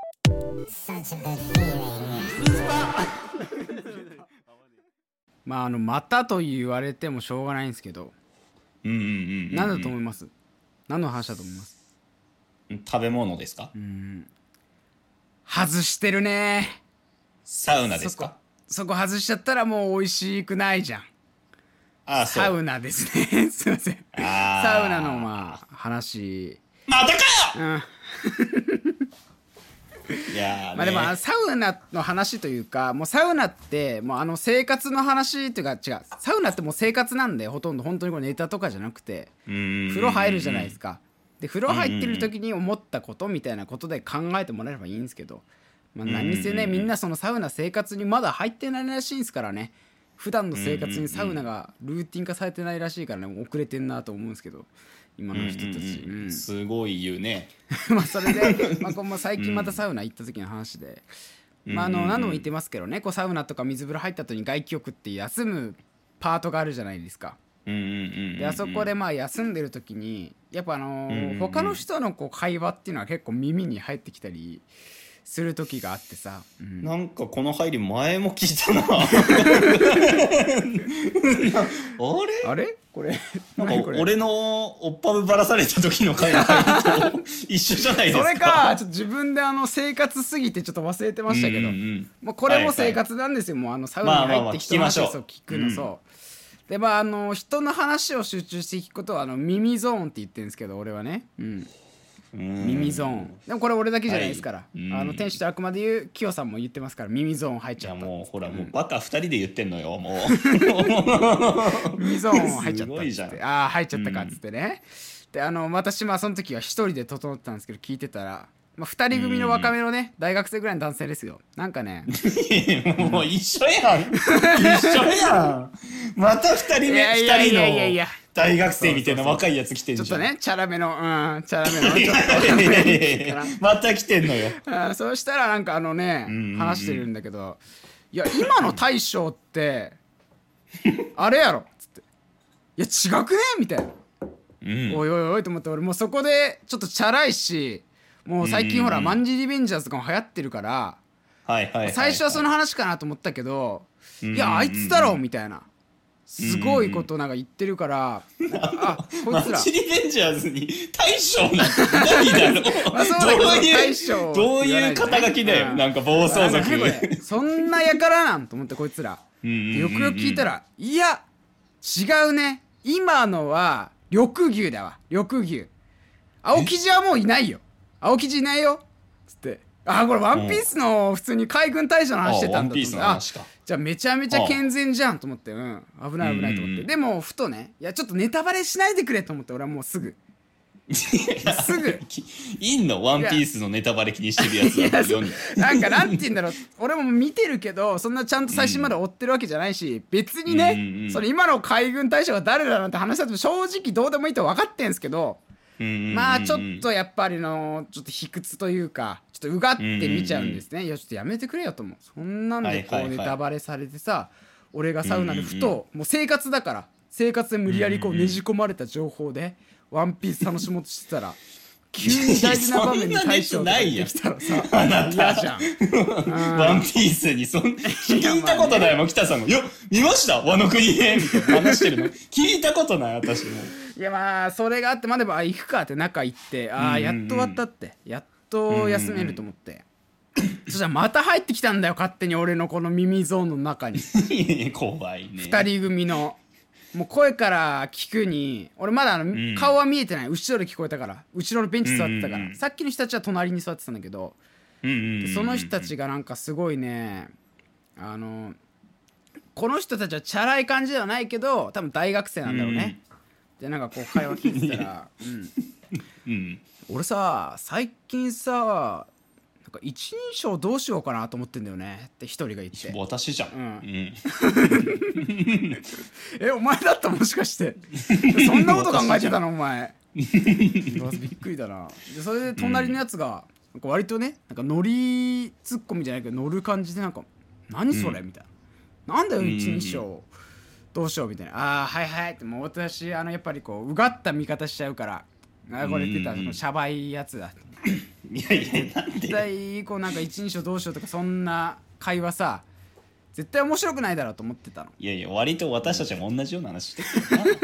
Speaker 2: まああのまたと言われてもしょうがないんですけど
Speaker 1: うんうんうんうん。
Speaker 2: 何だと思います何の話だと思います
Speaker 1: 食べ物ですか
Speaker 2: 外してるね
Speaker 1: サウナですか
Speaker 2: そこ外しちゃったらもう美味しくないじゃん
Speaker 1: ああ、そ
Speaker 2: サ
Speaker 1: う。
Speaker 2: ウナですね *laughs* すいません
Speaker 1: あー
Speaker 2: サウナのまあ話
Speaker 1: またかよ、いやーね
Speaker 2: まあでもサウナの話というかもうサウナってもうあの生活の話というか違うサウナってもう生活なんでほとんど本当にこれネタとかじゃなくて風
Speaker 1: 風
Speaker 2: 呂入るじゃないですかで風呂入ってる時に思ったことみたいなことで考えてもらえればいいんですけど、まあ、何せねみんなそのサウナ生活にまだ入ってないらしいんですからね普段の生活にサウナがルーティン化されてないらしいからねもう遅れてんなと思うんですけど今の人たち、うん
Speaker 1: すごい言うね
Speaker 2: *laughs* まあそ
Speaker 1: *laughs*
Speaker 2: れで、まあ、こうもう最近またサウナ行った時の話で、まあ、あの何度も言ってますけどねこうサウナとか水風呂入った後に外気浴って休むパートがあるじゃないですか。
Speaker 1: うんうんうん
Speaker 2: であそこでまあ休んでる時にやっぱあのー
Speaker 1: うんうん
Speaker 2: 他の人のこう会話っていうのは結構耳に入ってきたりする時があってさ、うん
Speaker 1: なんかこの入り前も聞いたなあれ
Speaker 2: あれこれ
Speaker 1: なん
Speaker 2: 何
Speaker 1: か
Speaker 2: これ
Speaker 1: 俺のおっぱぶばらされた時の回の入りと一緒じゃないです
Speaker 2: そ
Speaker 1: か
Speaker 2: れかちょっと自分であの生活すぎてちょっと忘れてましたけど、
Speaker 1: うんうんうん
Speaker 2: もうこれも生活なんですよ、もうあのサウナに入って人の話
Speaker 1: ま
Speaker 2: を
Speaker 1: あまあまあ
Speaker 2: 聞くのそう、でまああの人の話を集中して聞くことはあの耳ゾーンって言ってるんですけど俺はね、うん、
Speaker 1: うん
Speaker 2: 耳ゾーンでもこれ俺だけじゃないですから、
Speaker 1: はいうん
Speaker 2: あの天使とあくまで言うキヨさんも言ってますから耳ゾーン入っ
Speaker 1: い
Speaker 2: ちゃ
Speaker 1: や
Speaker 2: った
Speaker 1: もうほらもうバカ二人で言ってんのよもう *laughs*
Speaker 2: ミゾーン入っち
Speaker 1: す
Speaker 2: ゃったっつって
Speaker 1: ごいじゃん
Speaker 2: ああ入っちゃったかっつってね、であの私まあその時は一人で整ってたんですけど聞いてたら、まあ、2人組の若めのね、大学生ぐらいの男性ですよなんかね
Speaker 1: もう一緒やん一緒やんまた二人
Speaker 2: いや
Speaker 1: 目
Speaker 2: いや
Speaker 1: 二
Speaker 2: い
Speaker 1: 人
Speaker 2: やいやいや
Speaker 1: の大学生みたいな若いやつ来てんじ
Speaker 2: ち
Speaker 1: ゃ
Speaker 2: ょ
Speaker 1: ん
Speaker 2: っと
Speaker 1: *laughs*
Speaker 2: ねチャラめのうんチャラめの
Speaker 1: い
Speaker 2: ちょっと
Speaker 1: やいやいやいやまた来てんのよ。
Speaker 2: あーそうしたらなんかあのね
Speaker 1: うんうん
Speaker 2: 話してるんだけど「いや今の大将って
Speaker 1: *laughs*
Speaker 2: あれやろ」っつって「いや違くね?」みたいな
Speaker 1: うん、
Speaker 2: おいおいおいと思って俺もうそこでちょっとチャラいしもう最近ほら「マンジリベンジャーズ」とかも流行ってるから
Speaker 1: はいはいいい
Speaker 2: 最初はその話かなと思ったけど「いやあいつだろ」みたいな「すごいことなんか言ってるから、あこいつ
Speaker 1: マ
Speaker 2: ら
Speaker 1: ジリベンジャーズに大将なんてないだろ
Speaker 2: まあそうだけど
Speaker 1: どういう
Speaker 2: 大将
Speaker 1: どういう肩書きだ
Speaker 2: う
Speaker 1: よ
Speaker 2: ん
Speaker 1: なんか暴走
Speaker 2: なん *laughs*
Speaker 1: 族
Speaker 2: かねこれそんなやからなんと思ってこいつら
Speaker 1: うんうんうんうん
Speaker 2: よくよく聞いたらいや違うね今のは緑牛だわ緑牛青生地はもういないよ青生地いないよつってあこれワンピースの普通に海軍大将の話してたんだと思って
Speaker 1: あワンピースの話か
Speaker 2: あじゃあめちゃめちゃ健全じゃんと思ってうん危ない危ないと思って、
Speaker 1: うんうんうん
Speaker 2: でもふとねいやちょっとネタバレしないでくれと思って俺はもうすぐすぐ
Speaker 1: いんのワンピースのネタバレ気にしてるやつ
Speaker 2: い
Speaker 1: だ
Speaker 2: や
Speaker 1: と
Speaker 2: そ
Speaker 1: 読んで
Speaker 2: うなんかなんて言うんだろう俺も見てるけどそんなちゃんと最新まで追ってるわけじゃないし別にね、
Speaker 1: うんうん
Speaker 2: その今の海軍大将が誰だなんて話だと正直どうでもいいと分かってんすけど、
Speaker 1: うんうんうんうん
Speaker 2: まあちょっとやっぱりのちょっと卑屈というかちょっとうがって見ちゃうんですね、いやちょっとやめてくれよと思うそんなんでこ
Speaker 1: はいうはい
Speaker 2: ネ
Speaker 1: はい
Speaker 2: タバレされてさ、俺がサウナでふと、もう生活だから生活で無理やりこうねじ込まれた情報で「ワンピース楽しもうとしてたら急に大事な場面に対してできたらさ嫌じゃん。
Speaker 1: ワンピースにそん聞いたことないもん北さんが「よ見ましたワノ国編」
Speaker 2: *laughs*
Speaker 1: みたいな話してるの聞いたことない私も
Speaker 2: いやまあそれがあってまあでもあ行くかって中行って
Speaker 1: う
Speaker 2: ああ
Speaker 1: んうん
Speaker 2: や
Speaker 1: う
Speaker 2: っ
Speaker 1: ん
Speaker 2: と終わったってやっと休めると思ってそしたらまた入ってきたんだよ勝手に俺のこの耳ゾーンの中に
Speaker 1: 怖いね
Speaker 2: 2人組のもう声から聞くに俺まだあの
Speaker 1: ん
Speaker 2: 顔は見えてない後ろで聞こえたから後ろのベンチ座ってたか
Speaker 1: うんうんうん
Speaker 2: らさっきの人たちは隣に座ってたんだけど
Speaker 1: うんうんうんうん
Speaker 2: その人たちがなんかすごいねあのこの人たちはチャラい感じではないけど多分大学生なんだろうね、でなんかこう会話聞いて
Speaker 1: *laughs*
Speaker 2: たら、うん、
Speaker 1: うん
Speaker 2: 俺さ最近さなんか一人称どうしようかなと思ってんだよねって一人が言って
Speaker 1: 私じゃん、
Speaker 2: ん
Speaker 1: うん
Speaker 2: 「えお前だったもしかしてそんなこと考えてたのお前」うわびっくりだなでそれで隣のやつが、なんか割とねなんか乗りツッコミじゃないけど乗る感じでなんか「何それ?」みたいな「なんだよ一人称どうしよう」みたいな「ああはいはい」ってもう私あのやっぱりこううがった見方しちゃうから「あーこれ」って言ったらそのシャバいやつだ
Speaker 1: いやいやなん
Speaker 2: 絶
Speaker 1: で
Speaker 2: 対こうなんか一人称どうしようとかそんな会話さ絶対面白くないだろうと思ってたの
Speaker 1: いやいや割と私たちも同じような話してる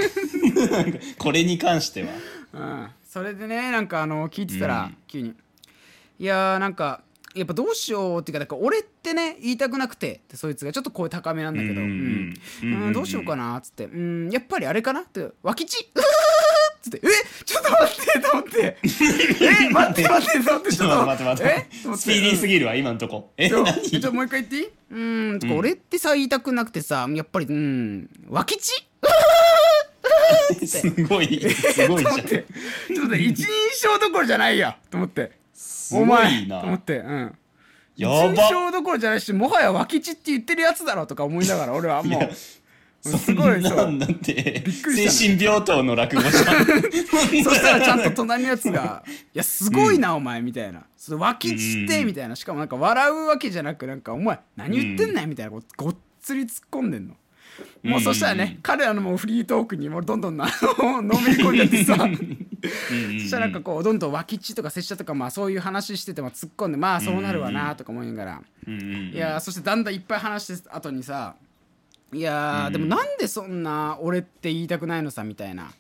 Speaker 1: けどななんかこれに関しては
Speaker 2: うんそれでねなんかあの聞いてた
Speaker 1: う
Speaker 2: ら
Speaker 1: ん
Speaker 2: 急に「いやーなんかやっぱどうしよう」っていうかなんか俺ってね言いたくなくてってそいつがちょっと声高めなんだけど「う
Speaker 1: うん
Speaker 2: ん
Speaker 1: うんうん
Speaker 2: うんどうしようかな」っつって「うんやっぱりあれかな」って「脇地!」っつって「えちょっと待って」と
Speaker 1: *laughs*
Speaker 2: 思って「え待って待って」と思って
Speaker 1: ちょっと待って待って
Speaker 2: えと思って
Speaker 1: スピーディーすぎるわ今のとこえ
Speaker 2: ちょ
Speaker 1: 何
Speaker 2: ちょもう一回言っていいうんとか俺ってさ言いたくなくてさやっぱりうん脇地
Speaker 1: すごいすごいじ
Speaker 2: と
Speaker 1: ゃ
Speaker 2: 思
Speaker 1: ん
Speaker 2: ってちょっと
Speaker 1: *laughs*
Speaker 2: 待って一人称どころじゃないやと思って
Speaker 1: す
Speaker 2: お
Speaker 1: ご
Speaker 2: 前
Speaker 1: い
Speaker 2: と思っ
Speaker 1: な
Speaker 2: てうん一
Speaker 1: やば
Speaker 2: 人称どころじゃないしもはや脇地って言ってるやつだろうとか思いながら俺はもうす
Speaker 1: そ
Speaker 2: ご
Speaker 1: ん
Speaker 2: いそ
Speaker 1: なん
Speaker 2: う
Speaker 1: なんて
Speaker 2: くりした
Speaker 1: 精神病棟の落語じゃん
Speaker 2: *laughs* そしたらちゃんと隣のやつが「いやすごいなお前」みたいな「その脇地っ
Speaker 1: うんう
Speaker 2: て」
Speaker 1: ん
Speaker 2: みたいなしかもなんか笑うわけじゃなくなんか「お前何言ってんねん」みたいなこうごっつり突っ込んでんの。もうそしたらね、彼らのもうフリートークにもうどんどんな *laughs* のめり込んじゃってさそしたらなんかこうどんどん脇地とか拙者とかまあそういう話してても突っ込んでまあそうなるわなとか思いながら、
Speaker 1: うんうん
Speaker 2: いやーそしてだんだんいっぱい話して後にさいやー、でもなんでそんな俺って言いたくないのさみたいな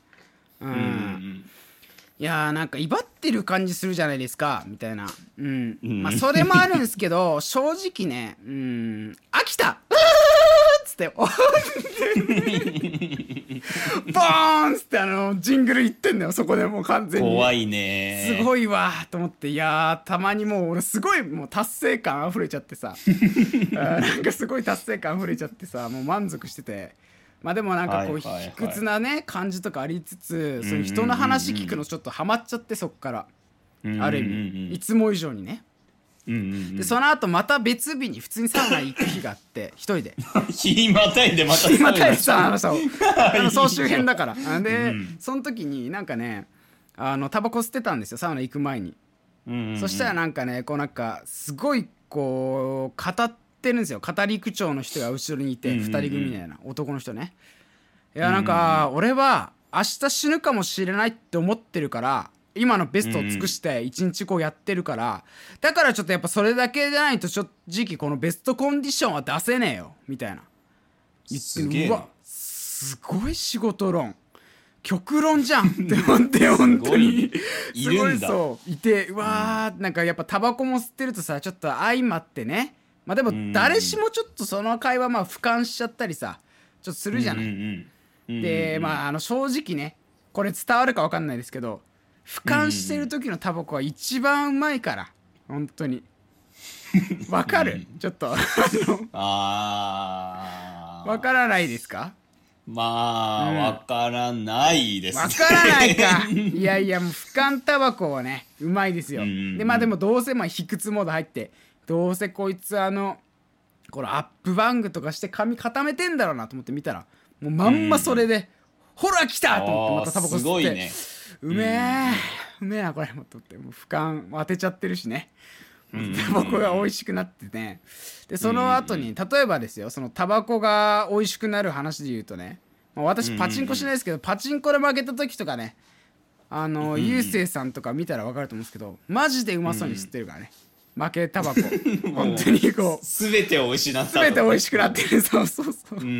Speaker 2: うん、いやーなんか威張ってる感じするじゃないですかみたいなうん、まあそれもあるんですけ *laughs* ど正直ねうん飽きたうーっつってお *laughs* ーってボーンっつってあのジングルいってんだよそこでもう完全に
Speaker 1: 怖いね
Speaker 2: すごいわーと思っていやーたまにもう俺すごいもう達成感溢れちゃっ
Speaker 1: *laughs*
Speaker 2: てさあーなんかすごい達成感溢れちゃってさもう満足しててまあでもなんかこう
Speaker 1: はいはいはい
Speaker 2: 卑屈なね感じとかありつつそういう人の話聞くのちょっとハマっちゃってそっからある意味いつも以上にねで
Speaker 1: で
Speaker 2: その後また別日に普通にサウナ行く日があって一人で
Speaker 1: 日またいでまた
Speaker 2: 今
Speaker 1: *laughs* サウナ
Speaker 2: 大地さんあ
Speaker 1: *laughs*
Speaker 2: のさあの総集編だからあで、
Speaker 1: うん
Speaker 2: その時になんかねあのタバコ吸ってたんですよサウナ行く前に。
Speaker 1: うんうん
Speaker 2: そしたらなんかねこうなんかすごいこう語ってるんですよ語り口調の人が後ろにいて
Speaker 1: うんう
Speaker 2: 2
Speaker 1: んうん
Speaker 2: 人組みたいな男の人ねいやなんか俺は明日死ぬかもしれないって思ってるから今のベストを尽くして一日こうやってるからだからちょっとやっぱそれだけじゃないと正直このベストコンディションは出せねえよみたいな言って
Speaker 1: すげえ
Speaker 2: う
Speaker 1: な
Speaker 2: わすすごい仕事論極論じゃんって思
Speaker 1: *laughs*
Speaker 2: って本当に
Speaker 1: い
Speaker 2: すご
Speaker 1: る
Speaker 2: い
Speaker 1: んだ
Speaker 2: そういてうわー、なんかやっぱタバコも吸ってるとさちょっと相まってねまあでも
Speaker 1: ん
Speaker 2: 誰しもちょっとその会話まあ俯瞰しちゃったりさちょっとするじゃない、でまああの正直ねこれ伝わるか分かんないですけど俯瞰してる時のタバコは一番うまいから本
Speaker 1: *laughs*
Speaker 2: 当にわかるちょっとあの
Speaker 1: あー
Speaker 2: わからないですか
Speaker 1: まあ、
Speaker 2: うん
Speaker 1: わからないですね
Speaker 2: わからな
Speaker 1: *laughs*
Speaker 2: いかいやいやもう俯瞰タバコはねうまいですよ、
Speaker 1: うんうんうん
Speaker 2: でまあでもどうせまあ卑屈モード入ってどうせこいつあのこのアップバングとかして髪固めてんだろうなと思って見たらもうまんまそれで、ほら来たと思ってまたタバコ吸って
Speaker 1: すごいね
Speaker 2: うめえ、うめえなこれもとってもう俯瞰当てちゃってるしねタバコが美味しくなってねでその後に例えばですよそのタバコが美味しくなる話で言うとね、まあ、私パチンコしないですけどパチンコで負けた時とかねあのゆうせいさんとか見たら分かると思うんですけどマジでうまそうに吸ってるからね負けタバ *laughs* コ本当にこう
Speaker 1: すべてを失ったと
Speaker 2: 全て美味しくなってるそうそうそう
Speaker 1: うんうんうん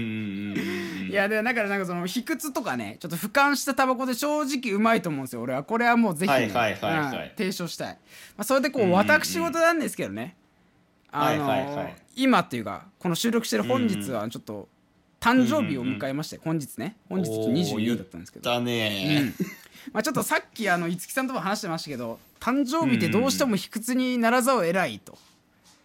Speaker 1: うん
Speaker 2: いやでだからなんかその卑屈とかねちょっと俯瞰したタバコで正直うまいと思うんですよ俺はこれはもうぜひ、ね
Speaker 1: はいはいはいはい
Speaker 2: うん提唱したい、まあ、それでこう私事なんですけどね、あの
Speaker 1: はいはいはい
Speaker 2: 今っていうかこの収録してる本日はちょっと誕生日を迎えまして、本日ね本日
Speaker 1: おー
Speaker 2: 22だったんですけど、
Speaker 1: だね
Speaker 2: まあ、ちょっとさっきあの五木さんとも話してましたけど誕生日ってどうしても卑屈にならざるを得ないと、
Speaker 1: *laughs*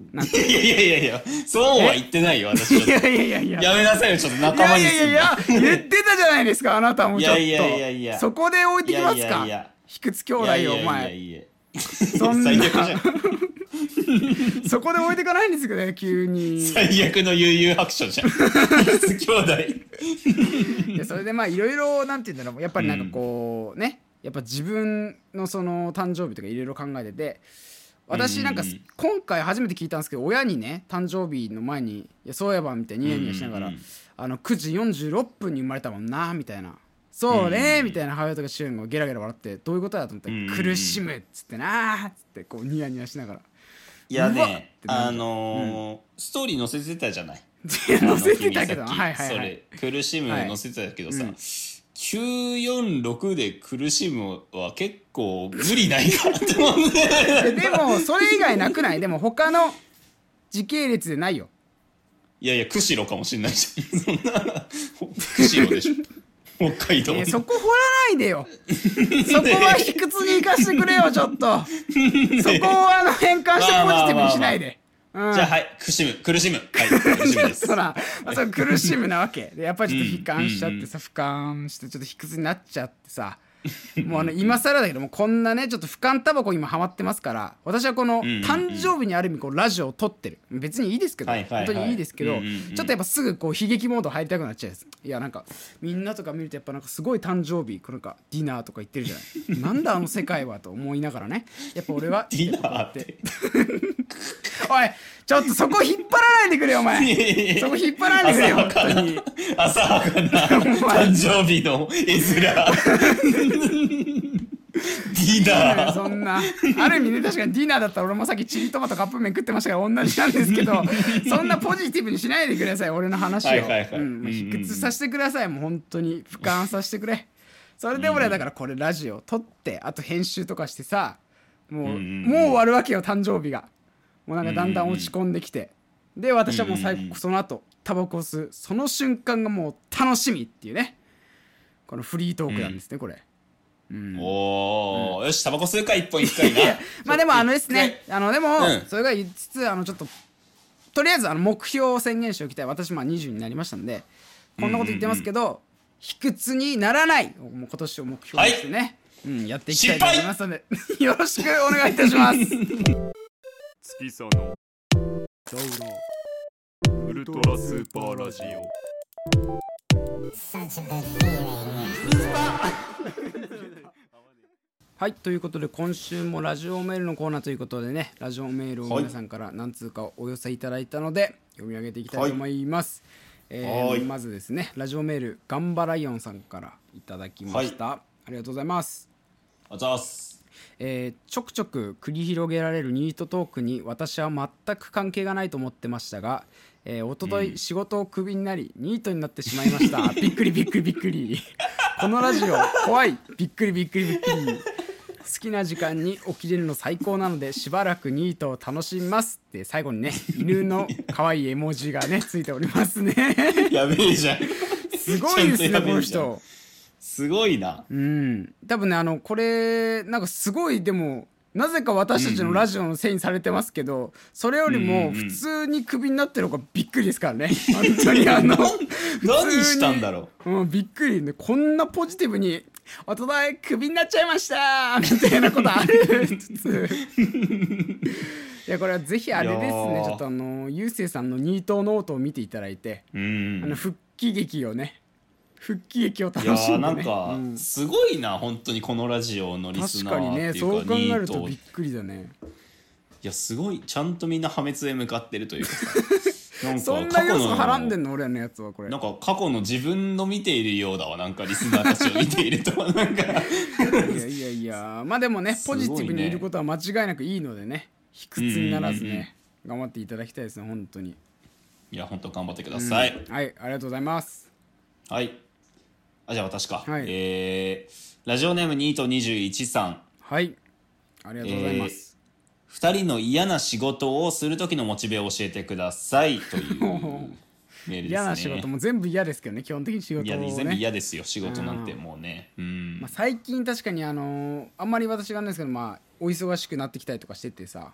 Speaker 1: いやいやいやいやそうは言ってないよ私
Speaker 2: *laughs* いや
Speaker 1: はい
Speaker 2: やいやいや
Speaker 1: やめなさいよちょっと
Speaker 2: いや
Speaker 1: 仲間
Speaker 2: い
Speaker 1: に
Speaker 2: や
Speaker 1: す
Speaker 2: い
Speaker 1: ん
Speaker 2: や
Speaker 1: ない
Speaker 2: や言ってたじゃないですかあなたもちょっと
Speaker 1: いやいやいやいや
Speaker 2: そこで置いてきますか
Speaker 1: いやいやいや
Speaker 2: 卑屈兄弟よお
Speaker 1: いやい
Speaker 2: 前
Speaker 1: やいやいや
Speaker 2: そんな
Speaker 1: 最悪じゃん
Speaker 2: そこで置いてかないんですけどね急にい
Speaker 1: 最悪の悠々白書
Speaker 2: *laughs*
Speaker 1: じゃん *laughs* 兄弟 *laughs*
Speaker 2: やそれでまあいろいろなんて言うんだろうやっぱりなんかこう、ねやっぱ自分のその誕生日とかいろいろ考えてて私なんか
Speaker 1: うんうんうん
Speaker 2: 今回初めて聞いたんですけど親にね誕生日の前に「いやそうやば」みたいにニヤニヤしながら「
Speaker 1: うんうんうん
Speaker 2: あの9時46分に生まれたもんな」みたいな「そうね」みたいな母親とか主演がゲラゲラ笑って「どういうことだ?」と思って
Speaker 1: うんうんうん
Speaker 2: 「苦しむ」っつってなーっつってこうニヤニヤしながら
Speaker 1: いや
Speaker 2: うわっ
Speaker 1: ね
Speaker 2: てなんだ
Speaker 1: あのーストーリー載せてたじゃ
Speaker 2: *laughs*
Speaker 1: ない
Speaker 2: 乗せてたけどなは
Speaker 1: あ
Speaker 2: い
Speaker 1: の君さっき
Speaker 2: はいはい
Speaker 1: それ苦しむ
Speaker 2: はい
Speaker 1: 載せてたけどさ、
Speaker 2: うん
Speaker 1: 946で苦しむは結構無理ないか
Speaker 2: *laughs*
Speaker 1: って思うね
Speaker 2: えでもそれ以外なくないでも他の時系列でないよ
Speaker 1: いやいや釧路かもしんないじゃん *laughs* そんな釧路でし
Speaker 2: *laughs*
Speaker 1: ょ北海道
Speaker 2: えそこ掘らないでよそこは卑屈に生かしてくれよちょっとそこをあの変換してポジティブにしないでうん
Speaker 1: じゃあはい苦しむ苦しむはい苦しむです
Speaker 2: そらそれ苦しむなわけでやっぱりちょっと悲観しちゃってさ俯瞰してちょっと卑屈になっちゃってさもうあの今更だけどもこんなねちょっと俯瞰タバコ今ハマってますから私はこの
Speaker 1: んうんうん
Speaker 2: 誕生日にある意味こうラジオを撮ってる別にいいですけど
Speaker 1: はいはいは
Speaker 2: 本
Speaker 1: い
Speaker 2: 当にいいですけ
Speaker 1: うん
Speaker 2: ど
Speaker 1: うんうん
Speaker 2: ちょっとやっぱすぐこう悲劇モード入りたくなっちゃうですいやなんかみんなとか見るとやっぱなんかすごい誕生日こうなんかディナーとか行ってるじゃないなんだあの世界はと思いながらねやっぱ俺は
Speaker 1: *laughs* ディナーって
Speaker 2: おいちょっとそこ引っ張らないでくれよお前そこ引っ張 *laughs* らないでくれよ
Speaker 1: 浅は
Speaker 2: 本
Speaker 1: か
Speaker 2: 当
Speaker 1: な
Speaker 2: に
Speaker 1: 浅はか
Speaker 2: *laughs*
Speaker 1: な誕生日の絵面デ
Speaker 2: *laughs*
Speaker 1: ィナー
Speaker 2: そんなある意味ね確かにディナーだったら俺もさっきチリトマトカップ麺食ってましたから同じなんですけどそんなポジティブにしないでください俺の話を
Speaker 1: はいはいはい
Speaker 2: うん
Speaker 1: うんうんうん
Speaker 2: 卑屈させてくださいもう本当に俯瞰させてくれそれで俺はだからこれラジオ撮ってあと編集とかしてさも
Speaker 1: ん
Speaker 2: う,、
Speaker 1: うんうん
Speaker 2: もう終わるわけよ誕生日がもうなんかだんだん落ち込んできてで私はもう最後その後タバコを吸うその瞬間がもう楽しみっていうねこのフリートークなんですね、これ。
Speaker 1: おーよしタバコ吸うか一本一回な
Speaker 2: *laughs* まあでもあのですね、あのでも、
Speaker 1: うん
Speaker 2: それが言いつつあのちょっととりあえずあの目標を宣言しておきたい私まあ20になりましたんでこんなこと言ってますけど、卑屈にならないもう今年を目標にしてね、うん、やっていきたいと思いますので *laughs* よろしくお願いいたします。
Speaker 3: 月さのウルトラスーパーラジオ
Speaker 2: はいということで今週もラジオメールのコーナーということでねラジオメールを皆さんから何通かお寄せいただいたので読み上げていきたいと思います、えー
Speaker 1: はい
Speaker 2: まずですねラジオメールガンバライオンさんからいただきました、ありがとうございます
Speaker 1: あざっす
Speaker 2: えーちょくちょく繰り広げられるニートトークに私は全く関係がないと思ってましたが、えー、一昨日仕事をクビになりニートになってしまい
Speaker 1: *laughs*
Speaker 2: ましたびっくりびっくりびっくりこのラジオ怖いびっくりびっくりびっくり好きな時間に起きれるの最高なのでしばらくニートを楽しみますって最後にね犬の可愛い絵文字がねついております
Speaker 1: *laughs*
Speaker 2: ね
Speaker 1: やべえじゃん。
Speaker 2: すごいです
Speaker 1: ちゃんと
Speaker 2: ねこ
Speaker 1: やべ
Speaker 2: の
Speaker 1: えじゃん
Speaker 2: 人。
Speaker 1: すごいな。
Speaker 2: うん多分ねあのこれなんかすごいでもなぜか私たちのラジオのせいにされてますけど、それより
Speaker 1: う
Speaker 2: も
Speaker 1: んうん
Speaker 2: 普通にクビになってる方がびっくりですからね本当にあ
Speaker 1: *laughs*
Speaker 2: の
Speaker 1: 何したんだろ
Speaker 2: う、うん、びっくりねこんなポジティブに「おとといクビになっちゃいました」みたいなことある普通いやこれはぜひあれです
Speaker 1: いや
Speaker 2: ね
Speaker 1: ー
Speaker 2: ちょっとあのゆうせいさんのニートノートを見ていただいて、
Speaker 1: う。う
Speaker 2: あの
Speaker 1: ん。
Speaker 2: 復帰劇をね復帰劇を楽
Speaker 1: いや
Speaker 2: しんで、
Speaker 1: ー
Speaker 2: ね、
Speaker 1: なんか
Speaker 2: うん
Speaker 1: すごいな本当にこのラジオのリス
Speaker 2: 確
Speaker 1: ナ
Speaker 2: かに
Speaker 1: ー
Speaker 2: ね
Speaker 1: ってい
Speaker 2: そう
Speaker 1: う
Speaker 2: 考
Speaker 1: かニ
Speaker 2: える
Speaker 1: ー
Speaker 2: と
Speaker 1: ト
Speaker 2: びっ
Speaker 1: い
Speaker 2: くりだね
Speaker 1: やすごいちゃんとみんな破滅へ向かってる
Speaker 2: *laughs*
Speaker 1: というかさなん
Speaker 2: そ
Speaker 1: か
Speaker 2: んな
Speaker 1: 過去
Speaker 2: 要素
Speaker 1: の
Speaker 2: はらんでんの俺らのやつはこれ
Speaker 1: なんか過去の自分の見ているようだわなんかリスナーたちを見ているとなんか
Speaker 2: いやいやいやまあでもね
Speaker 1: す
Speaker 2: ポ
Speaker 1: ごいね
Speaker 2: ジティブにいることは間違いなくいいのでね卑屈になら
Speaker 1: う
Speaker 2: ず
Speaker 1: んうんうん
Speaker 2: ね頑張っていただきたいですね本当に
Speaker 1: いや本当頑張ってください、
Speaker 2: はいありがとうございます
Speaker 1: はいあじゃあ私か、
Speaker 2: はい
Speaker 1: えーラジオネームニート21さん
Speaker 2: はいありがとうございます、
Speaker 1: 2人の嫌な仕事をする時のモチベを教えてくださいと
Speaker 2: *laughs*
Speaker 1: いうメールですね
Speaker 2: 嫌な仕事も全部嫌ですけどね基本的に仕事を
Speaker 1: いや全部
Speaker 2: ね
Speaker 1: 嫌ですよ仕事なんてもうねうん
Speaker 2: まあ、最近確かにあのーあんまり私があれなんですけどまあお忙しくなってきたりとかしててさ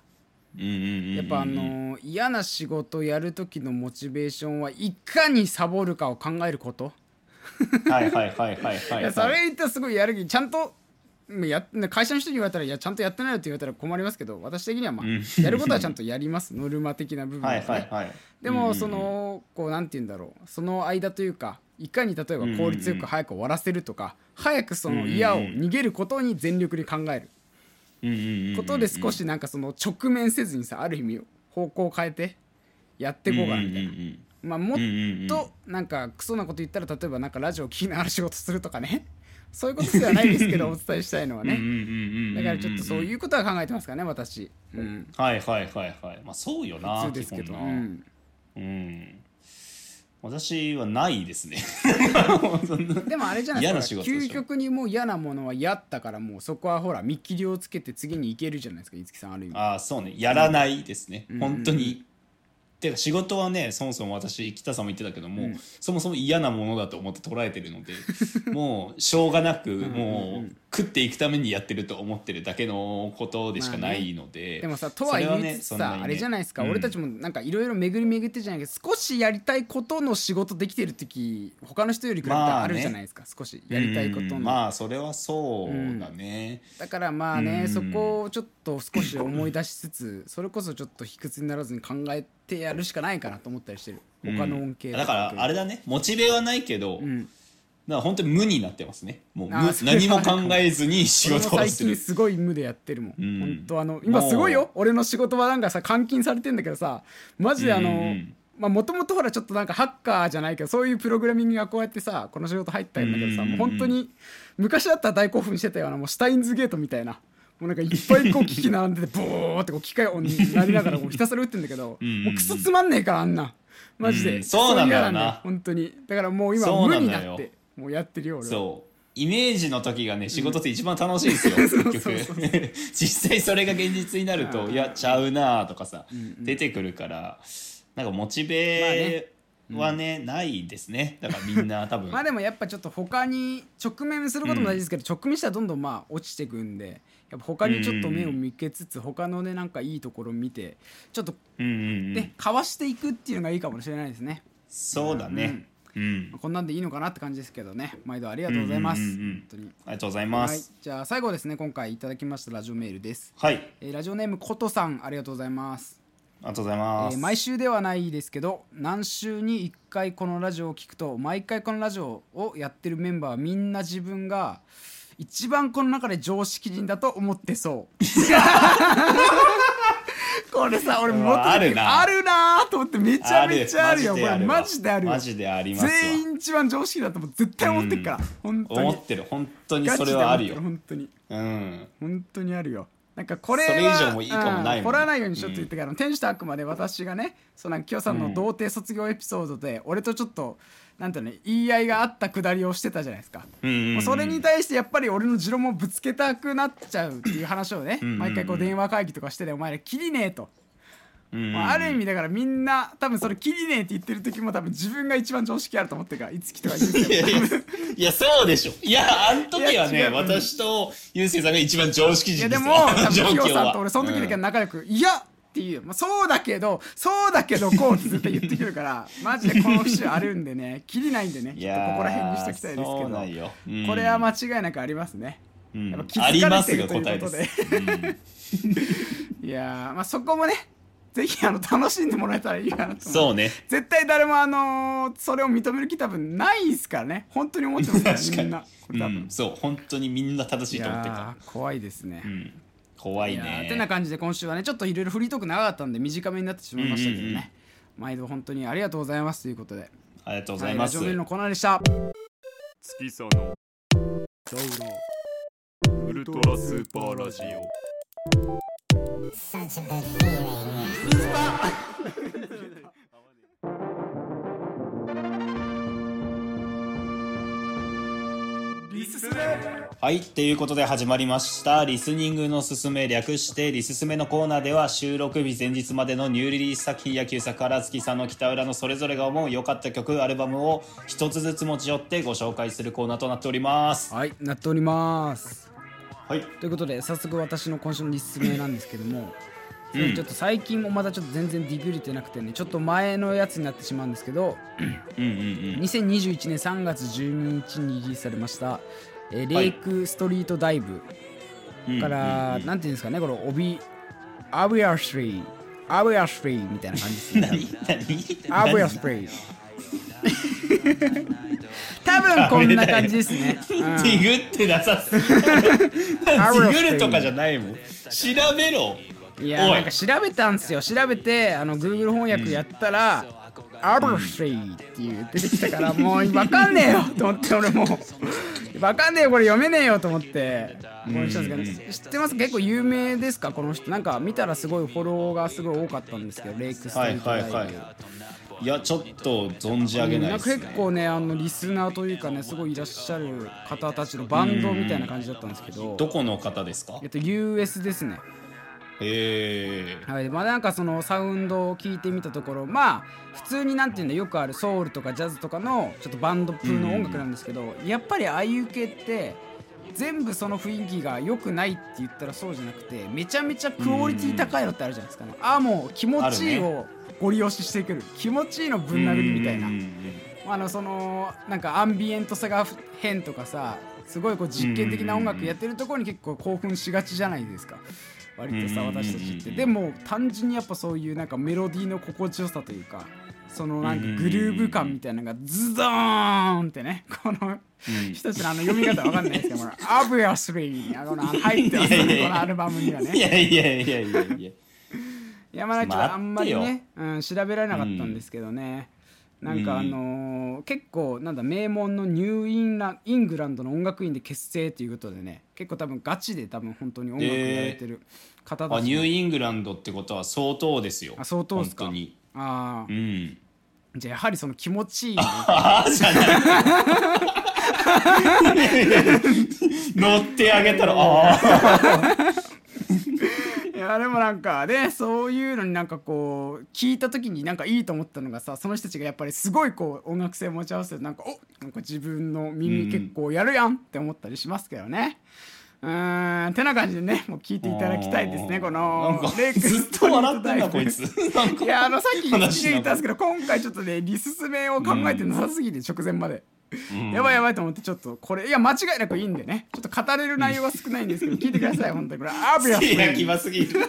Speaker 1: うんうんうんうん
Speaker 2: やっぱあのー嫌な仕事やる時のモチベーションはいかにサボるかを考えること
Speaker 1: はいはいはいはいはいい
Speaker 2: やそれ言ったらすごいやる気ちゃんとまあや会社の人に言われたらいやちゃんとやってないよって言われたら困りますけど私的にはまあ
Speaker 1: うん
Speaker 2: やることはちゃんとやりますノルマ的な部分は
Speaker 1: は
Speaker 2: ね
Speaker 1: いはいはい
Speaker 2: で
Speaker 1: うんうんう
Speaker 2: も
Speaker 1: ん
Speaker 2: そのこうなんて言うんだろうその間というかいかに例えば効率よく早く終わらせるとか早くその嫌を逃げることに全力に考える
Speaker 1: うんうんうんうん
Speaker 2: ことで少しなんかその直面せずにさある意味方向を変えてやっていこうかなみたいな
Speaker 1: うんうんうん
Speaker 2: まあ、もっ
Speaker 1: うんうんうん
Speaker 2: となんかクソなこと言ったら例えばなんかラジオ聞きながら仕事するとかねそういうことではないですけどお伝えしたいのは
Speaker 1: うんうんう
Speaker 2: ね
Speaker 1: んうん
Speaker 2: だからちょっとそういううことは考えてますからね私、うん、
Speaker 1: はいはいはいはいまあそうよな
Speaker 2: 普通ですけど、
Speaker 1: 基
Speaker 2: う、
Speaker 1: 本なんうん私はないですね
Speaker 2: でもあれじゃないですか
Speaker 1: 嫌な仕事でし
Speaker 2: 究
Speaker 1: ょ
Speaker 2: 極にもう嫌なものは嫌ったからもうそこはほら見切りをつけて次に行けるじゃないですか五木さんある意味
Speaker 1: ああそうねやらないですね、
Speaker 2: ん
Speaker 1: 本当に、てか仕事はねそもそも私北さんも言ってたけども、そもそも嫌なものだと思って捉えてるの
Speaker 2: *laughs*
Speaker 1: でもうしょうがなくもう食っていくためにやってると思ってるだけのことでしかないので、
Speaker 2: でもさとは言いつつ
Speaker 1: それはねそ
Speaker 2: さ、
Speaker 1: んなにね
Speaker 2: あれじゃないですか、
Speaker 1: うん
Speaker 2: 俺たちもなんかいろいろ巡り巡ってじゃないけど少しやりたいことの仕事できてる時他の人より比べたらあるじゃないですか、少しやりたいことの、
Speaker 1: うんまあそれはそうだね、
Speaker 2: だからまあね、
Speaker 1: うん
Speaker 2: そこをちょっと少し思い出しつつそれこそちょっと卑屈にならずに考えてやるしかないかなと思ったりしてる他の恩恵
Speaker 1: だからあれ
Speaker 2: だ
Speaker 1: だねモチベはないけど、
Speaker 2: けどうん
Speaker 1: だから本当に無になってますねもう無
Speaker 2: あーそれは
Speaker 1: 何も考えずに仕
Speaker 2: 俺も
Speaker 1: 事を
Speaker 2: 最
Speaker 1: す
Speaker 2: 近
Speaker 1: る
Speaker 2: すごい無でやってるもん、
Speaker 1: うん
Speaker 2: 本当あの今すごい
Speaker 1: もう
Speaker 2: よ俺の仕事はなんかさ監禁されてんだけどさマジであの、
Speaker 1: うんうん
Speaker 2: まあもともとほらちょっとなんかハッカーじゃないけどそういうプログラミングがこうやってさこの仕事入ったんだけどさ、
Speaker 1: うんうんうん
Speaker 2: もう本当に昔だったら大興奮してたようなもうシュタインズゲートみたいなもうなんかいっぱいこう機器並んで
Speaker 1: *laughs*
Speaker 2: てボーってこう機械音になりながらこうひたすら打ってんだけど
Speaker 1: んうんうん
Speaker 2: もうクソつまんねえからあんなマジで、
Speaker 1: うんそうなんだよな
Speaker 2: クソ嫌よ本当にだからもう今
Speaker 1: そう
Speaker 2: 無
Speaker 1: なん
Speaker 2: に
Speaker 1: だよ
Speaker 2: なってもうやってるよ俺は
Speaker 1: そうイメージの時がね仕事って一番楽しいですよ、結
Speaker 2: そうそう
Speaker 1: 局実際それが現実になる
Speaker 2: あ
Speaker 1: と
Speaker 2: ー
Speaker 1: いやちゃうなーとかさ、出てくるからなんかモチベはね,、ないですねだからみんな多分
Speaker 2: *laughs* まあでもやっぱちょっと他に直面することも大事ですけど、直面したらどんどんまあ落ちてくんでやっぱ他にちょっと目を向けつつ、他のねなんかいいところを見てちょっと
Speaker 1: うんうんうん
Speaker 2: ね、かわしていくっていうのがいいかもしれないですね
Speaker 1: そうだねうん
Speaker 2: まあこんなんでいいのかなって感じですけどね毎度ありがとうございます、
Speaker 1: うんうんうんうん
Speaker 2: 本当に
Speaker 1: ありがとうございま
Speaker 2: はい
Speaker 1: す
Speaker 2: じゃあ最後ですね今回いただきましたラジオメールです、
Speaker 1: はい、あ
Speaker 2: えーラジオネームことさんありがとうございます
Speaker 1: りがとうございます、
Speaker 2: えー毎週ではないですけど何週に1回このラジオを聞くと毎回このラジオをやってるメンバーはみんな自分が一番この中で常識人だと思ってそう
Speaker 1: *laughs*
Speaker 2: これさ俺もっと
Speaker 1: あるな
Speaker 2: あるなと思ってめちゃめちゃあるよこれ
Speaker 1: マ
Speaker 2: マジ
Speaker 1: ジ
Speaker 2: で
Speaker 1: で
Speaker 2: あ
Speaker 1: あ
Speaker 2: る
Speaker 1: る
Speaker 2: よ
Speaker 1: わマジでありますわ
Speaker 2: 全員一番常識だともう絶対思ってるから、本当
Speaker 1: 思
Speaker 2: に
Speaker 1: ってる本当に
Speaker 2: ガチ
Speaker 1: そ
Speaker 2: で
Speaker 1: れ
Speaker 2: 思
Speaker 1: はあ
Speaker 2: って
Speaker 1: る
Speaker 2: る
Speaker 1: よ
Speaker 2: 本当に
Speaker 1: うん
Speaker 2: 本当にあるよなんかこれは
Speaker 1: それ以上もいいかもないもん
Speaker 2: うん掘らないようにしょっと言ってから、天使とあくまで私がねそのきよさんの童貞卒業エピソードで、俺とちょっとなんていうの言い合いがあったくだりをしてたじゃないですか、
Speaker 1: うんうんうん
Speaker 2: もうそれに対してやっぱり俺の持論もぶつけたくなっちゃうっていう話をね
Speaker 1: んうんうん
Speaker 2: 毎回こう電話会議とかしててお前ら切りねえと、
Speaker 1: うん
Speaker 2: まあ、ある意味だからみんな多分それ切りねえって言ってる時も多分自分が一番常識あると思ってるからいつきとか言って
Speaker 1: いやいやいや、そうでしょ。いや、あの時はい
Speaker 2: や
Speaker 1: ね、
Speaker 2: 違う
Speaker 1: 私とユうスケさんが一番常識
Speaker 2: い
Speaker 1: 人
Speaker 2: や
Speaker 1: で
Speaker 2: ですも
Speaker 1: よ。あの
Speaker 2: 多
Speaker 1: 状
Speaker 2: 分キヨ
Speaker 1: 況
Speaker 2: さん
Speaker 1: は
Speaker 2: と俺その時だけ
Speaker 1: うん
Speaker 2: 仲良く「いや!」っていう、まあ、そうだけどそうだけどこうって絶対言ってくるから
Speaker 1: *laughs*
Speaker 2: マジでこの節あるんでね切りないんでね
Speaker 1: い
Speaker 2: ちょっ
Speaker 1: や
Speaker 2: と
Speaker 1: ー
Speaker 2: ここら辺にしときたいで
Speaker 1: そうなん
Speaker 2: す
Speaker 1: よ。
Speaker 2: け
Speaker 1: うん
Speaker 2: どこれは間違いなくありますね。
Speaker 1: うん
Speaker 2: やっぱ気
Speaker 1: あり
Speaker 2: づか
Speaker 1: ま
Speaker 2: れ
Speaker 1: す
Speaker 2: て
Speaker 1: が
Speaker 2: ると
Speaker 1: 答
Speaker 2: い
Speaker 1: え
Speaker 2: う
Speaker 1: で。
Speaker 2: ことです
Speaker 1: うん
Speaker 2: いやーまあそこもねぜひあの楽しんでもらえたらいいかなと *laughs* 思
Speaker 1: そうね。
Speaker 2: 絶対誰もあのーそれを認める気多分ないですからね本当に思ってますから
Speaker 1: 確か
Speaker 2: みん
Speaker 1: に
Speaker 2: なこ。
Speaker 1: う
Speaker 2: れ多分、
Speaker 1: ん、そう、本当にみんな正し
Speaker 2: い
Speaker 1: いと思ってる
Speaker 2: や
Speaker 1: か
Speaker 2: ー怖いですね、
Speaker 1: ら。うん。怖い
Speaker 2: いやー
Speaker 1: ね。
Speaker 2: てな感じで今週はねちょっといろいろフリートーク長かったんで短めになってしまいましたけど
Speaker 1: う
Speaker 2: ね、
Speaker 1: んうんうん
Speaker 2: 毎度本当にありがとうございますということで
Speaker 1: ありがとうござ
Speaker 2: はいい
Speaker 1: ま
Speaker 2: ラ
Speaker 1: す
Speaker 2: ジオ。メールのコーナーでした
Speaker 3: 月さのウルトラスーパーラジオ
Speaker 2: リスス
Speaker 1: はい、っていうことで始まりました。リスニングのすすめ、略してリスすめのコーナーでは収録日前日までのニューリリース作品や旧作から月さんの北浦のそれぞれが思う良かった曲、アルバムを一つずつ持ち寄ってご紹介するコーナーとなっております。
Speaker 2: はいなっております
Speaker 1: はい。
Speaker 2: ということで早速私の今週のリス名なんですけども、それちょっと最近もまだちょっと全然ディビュれてなくてねちょっと前のやつになってしまうんですけど
Speaker 1: うんうん
Speaker 2: 2021年3月12日にリリースされました「えーレイクストリートダイブ」
Speaker 1: うん。
Speaker 2: から、
Speaker 1: うんうんうん
Speaker 2: なんていうんですかねこの帯「アブヤスリー」「アブヤスリー」みたいな感じですね
Speaker 1: *laughs* 何何
Speaker 2: アブヤスリー *laughs* 多分こんな感じですね、
Speaker 1: 何 *laughs* ディグってなさ
Speaker 2: *laughs*
Speaker 1: すぎディグるとかじゃないもん。調べろ。
Speaker 2: うん、いや
Speaker 1: おい
Speaker 2: なんか調べたんですよ調べてあの Google 翻訳やったら、アブヤスリーっていう出てきたからもうわかんねえよと思って俺もうわかんねえよこれ読めねえよと思ってこの人ですけど知ってます結構有名ですかこの人なんか見たらすごいフォローがすごい多かったんですけどレイクスタイルとかいう、
Speaker 1: はいはいはいいや、ちょっと存じ上げない
Speaker 2: な
Speaker 1: で
Speaker 2: んか
Speaker 1: す、
Speaker 2: 結
Speaker 1: ね。
Speaker 2: 構ねあのリスナーというかねすごいいらっしゃる方たちのバンドみたいな感じだったんですけど
Speaker 1: どこの方ですか
Speaker 2: えっと US ですね
Speaker 1: へえ。
Speaker 2: はいまあなんかそのサウンドを聞いてみたところまあ普通になんていうんだよくあるソウルとかジャズとかのちょっとバンド風の音楽なんですけどやっぱりああいう系って全部その雰囲気が良くないって言ったらそうじゃなくてめちゃめちゃクオリティ高いのってあるじゃないですかねああもう気持ちいい
Speaker 1: ある
Speaker 2: をゴリ押ししてくる気持ちいいのぶん殴るみたいな。あのそのなんかアンビエントさが変とかさすごいこう実験的な音楽やってるところに結構興奮しがちじゃないですか割とさ
Speaker 1: うん
Speaker 2: 私たちって
Speaker 1: うん
Speaker 2: でも単純にやっぱそういうなんかメロディーの心地よさというかそのなんかグルーヴ感みたいなのがズドーンってね *laughs* この
Speaker 1: うん
Speaker 2: 人たちのあの読み方わかんないですけどこの「アブヤスリー」あの入ってます
Speaker 1: いやいやい
Speaker 2: ね
Speaker 1: や
Speaker 2: このアルバムにはね
Speaker 1: いやいやいやいやいや。
Speaker 2: 山田家はあんまりね、うん、調べられなかったんですけどね、なんかあのー結構なんだ名門のニューインライングランドの音楽院で結成ということでね結構多分ガチで多分本当に音楽やられてる方
Speaker 1: あ
Speaker 2: たち
Speaker 1: ニュ
Speaker 2: の、
Speaker 1: ーイングランドってことは相当ですよ。
Speaker 2: あ相当ですか
Speaker 1: 本当に。
Speaker 2: あ
Speaker 1: う
Speaker 2: ー
Speaker 1: ん。
Speaker 2: じゃあやはりその気持ちいい、ね、
Speaker 1: ああじゃない。乗ってあげたらああ。
Speaker 2: いやでもなんかねそういうのになんかこう聞いた時になんかいいと思ったのがさその人たちがやっぱりすごいこう音楽性持ち合わせてなんかおなんか自分の
Speaker 1: うん
Speaker 2: 耳結構やるやんって思ったりしますけどね。うーんてな感じでねもう聞いていただきたいですねこの
Speaker 1: なんか
Speaker 2: レイク
Speaker 1: ずっと笑ってんなこいつ。なん
Speaker 2: い
Speaker 1: か
Speaker 2: やあのさっき一
Speaker 1: 話
Speaker 2: で
Speaker 1: の
Speaker 2: 言
Speaker 1: 中
Speaker 2: ったんですけど今回ちょっとねリススメを考えてなさすぎて直前まで、
Speaker 1: ん
Speaker 2: やばいやばいと思ってちょっとこれいや間違いなくいいんでねちょっと語れる内容は少ないんですけど聞いてください本当にこれアブヤス
Speaker 1: 手が
Speaker 2: に
Speaker 1: きますぎる。
Speaker 2: よ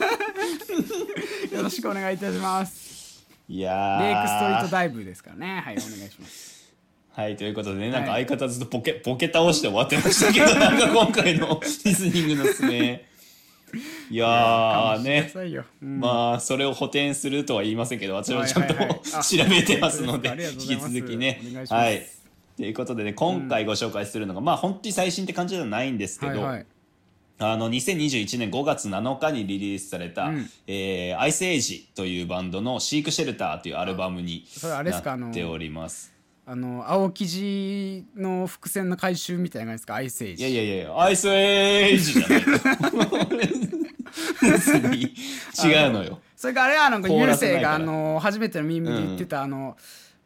Speaker 2: ろしくお願いいたします
Speaker 1: いやー
Speaker 2: レイクストリートダイブですからね。はい、お願いします。
Speaker 1: はい、ということでね、なんか
Speaker 2: は
Speaker 1: 相方ずっとボケ、ボケ倒して終わってましたけど、なんか今回のリスニングのすね。いやー
Speaker 2: 勘弁して
Speaker 1: ね
Speaker 2: く。ださいようん
Speaker 1: まあそれを補填するとは言いませんけど私もちゃんと *laughs*
Speaker 2: はいはいはいあ
Speaker 1: 調べてますので
Speaker 2: 本当ですかありがとうござい
Speaker 1: 引き
Speaker 2: ます
Speaker 1: 続きね
Speaker 2: お願いします
Speaker 1: はいということでね今回ご紹介するのが、まあ本当に最新って感じではないんですけど、
Speaker 2: はいはい。
Speaker 1: あの2021年5月7日にリリースされた「
Speaker 2: うん
Speaker 1: えーアイスエイジ」というバンドの「シークシェルター」というアルバムに
Speaker 2: それあれっすかあの
Speaker 1: なっております。
Speaker 2: あの青生地の伏線の回収みたいな感じですかアイスエイ
Speaker 1: いやい
Speaker 2: ジ
Speaker 1: やいや、アイスエイジじゃ
Speaker 2: *laughs*
Speaker 1: ないよ別に違うのよ。
Speaker 2: それからあれはなんか
Speaker 1: コー
Speaker 2: ゆる
Speaker 1: ラスない
Speaker 2: せ
Speaker 1: か
Speaker 2: い
Speaker 1: ら
Speaker 2: があの初めてのミームで言ってたあの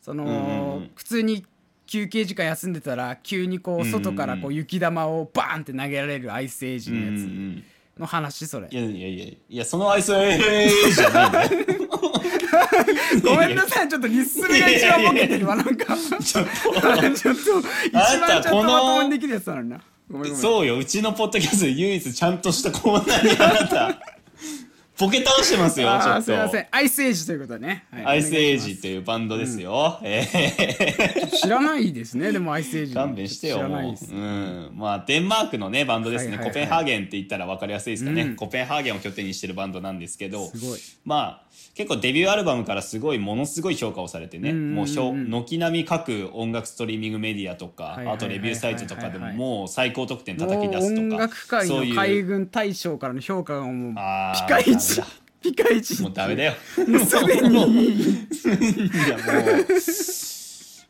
Speaker 2: そ
Speaker 1: うんうんう
Speaker 2: の
Speaker 1: ん
Speaker 2: 普通に休憩時間休んでたら急にこう外からこう雪玉をバーンって投げられるアイスエイジ
Speaker 1: うんう
Speaker 2: のや
Speaker 1: ん
Speaker 2: つの話それ
Speaker 1: いやいやいやいや、そのアイスエイジじゃないのよ。
Speaker 2: ごめんなさいちょっとリススメが一番ボケてるわなんか
Speaker 1: ちょっと
Speaker 2: あれちょっと一
Speaker 1: あ
Speaker 2: 番
Speaker 1: ん
Speaker 2: ち
Speaker 1: た
Speaker 2: ゃんと
Speaker 1: この
Speaker 2: まともにできるやつなのになごめんごめん
Speaker 1: そうよ、うちのポッドキャストで唯一ちゃんとしたコーナーにあな
Speaker 2: *laughs*
Speaker 1: た、ポケ倒してますよ、ちょ
Speaker 2: あ
Speaker 1: っ
Speaker 2: ーすいませ
Speaker 1: と。
Speaker 2: んアイスエイジということはね、はい
Speaker 1: アイスエイ
Speaker 2: お願いし
Speaker 1: ジというバンドですよ。え
Speaker 2: ます知らないですねでもアイスエイジ
Speaker 1: ー、勘弁して
Speaker 2: 知
Speaker 1: よ、
Speaker 2: らない
Speaker 1: も
Speaker 2: です
Speaker 1: う。うん。まあ、デンマークのね、バンドですね。
Speaker 2: はいはいはい
Speaker 1: コペンハーゲンって言ったら分かりやすいですかね。
Speaker 2: うん
Speaker 1: コペンハーゲンを拠点にしてるバンドなんですけど、
Speaker 2: すごい
Speaker 1: まあ、結構デビューアルバムからすごい、ものすごい評価をされてね、
Speaker 2: うんうんうん
Speaker 1: もうひょ、軒並み各音楽ストリーミングメディアとか、
Speaker 2: いはいはいはい
Speaker 1: あとレビューサイトとかでももう最高得点
Speaker 2: も
Speaker 1: 叩き出
Speaker 2: う
Speaker 1: すとか、
Speaker 2: 音楽界
Speaker 1: そうい
Speaker 2: の
Speaker 1: う
Speaker 2: 海軍大将からの評価がもうピ
Speaker 1: あー
Speaker 2: カイチ
Speaker 1: ダメ
Speaker 2: ピカイチ
Speaker 1: もうダメだよ。
Speaker 2: もうすでにい
Speaker 1: いやもう、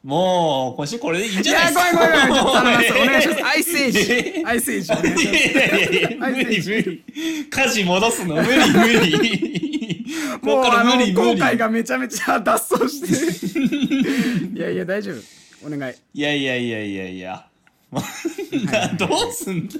Speaker 1: もう、今週これでいいんじゃないで
Speaker 2: や
Speaker 1: すか
Speaker 2: ごめんごめんごめんちょっと頼みますお願いします
Speaker 1: *laughs* い
Speaker 2: アイスエイ
Speaker 1: え
Speaker 2: ジアイスエイジお願いします
Speaker 1: やいやいや無理無理。家事戻すの無理無理。
Speaker 2: も
Speaker 1: こ
Speaker 2: う
Speaker 1: っから
Speaker 2: あの
Speaker 1: 無理無
Speaker 2: 後悔
Speaker 1: 理。
Speaker 2: がめちゃめちゃ脱走し
Speaker 1: *laughs*
Speaker 2: てるいやいや大丈夫お願い
Speaker 1: いやいやいやいやいや。などうすんだ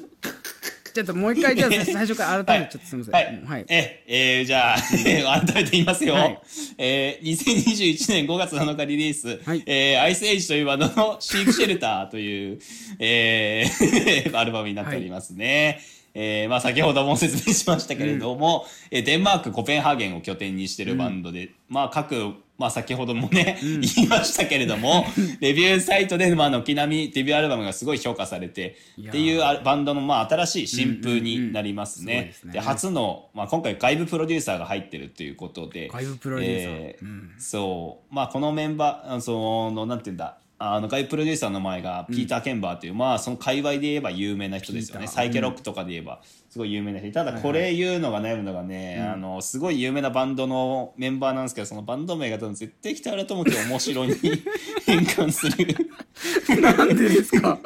Speaker 2: ちょっともう一回
Speaker 1: *laughs*
Speaker 2: じゃあ最初から改めてちょっとすみま
Speaker 1: は
Speaker 2: せん
Speaker 1: い。
Speaker 2: うんはい
Speaker 1: え、えーじゃあ、 *laughs* 改めて言いますよ。
Speaker 2: はい
Speaker 1: えー、2021年5月7日リリース、
Speaker 2: はい
Speaker 1: えーアイスエイジというバンドのシークシェルターという、えー *laughs* アルバムになっておりますね。えーまあ先ほども説明しましたけれども、えーデンマーク、コペンハーゲンを拠点にしてるバンドで、まあ各、まあ先ほどもね、言いましたけれど
Speaker 2: *laughs*
Speaker 1: も、レビューサイトで、まあ軒並みデビューアルバムがすごい評価されて、
Speaker 2: いやー
Speaker 1: っていうあバンドのまあ新しい新風になります
Speaker 2: うんうんうん
Speaker 1: ね
Speaker 2: すごいです。ね
Speaker 1: で初の、まあ、今回外部プロデューサーが入ってるということで
Speaker 2: 外部プロデューサー
Speaker 1: えそうまあこのメンバーあそのなんていうんだあの外部プロデューサーの名前がピーター・ケンバーという、まあその界隈で言えば有名な人ですよ
Speaker 2: ピ
Speaker 1: ね
Speaker 2: ーター
Speaker 1: サイケロックとかで言えばすごい有名な人ただこれ言うのが悩むのがね、あのすごい有名なバンドのメンバーなんですけどそのバンド名が多分絶対北原智樹を面白に *laughs* 変換する。
Speaker 2: *laughs* なんでですか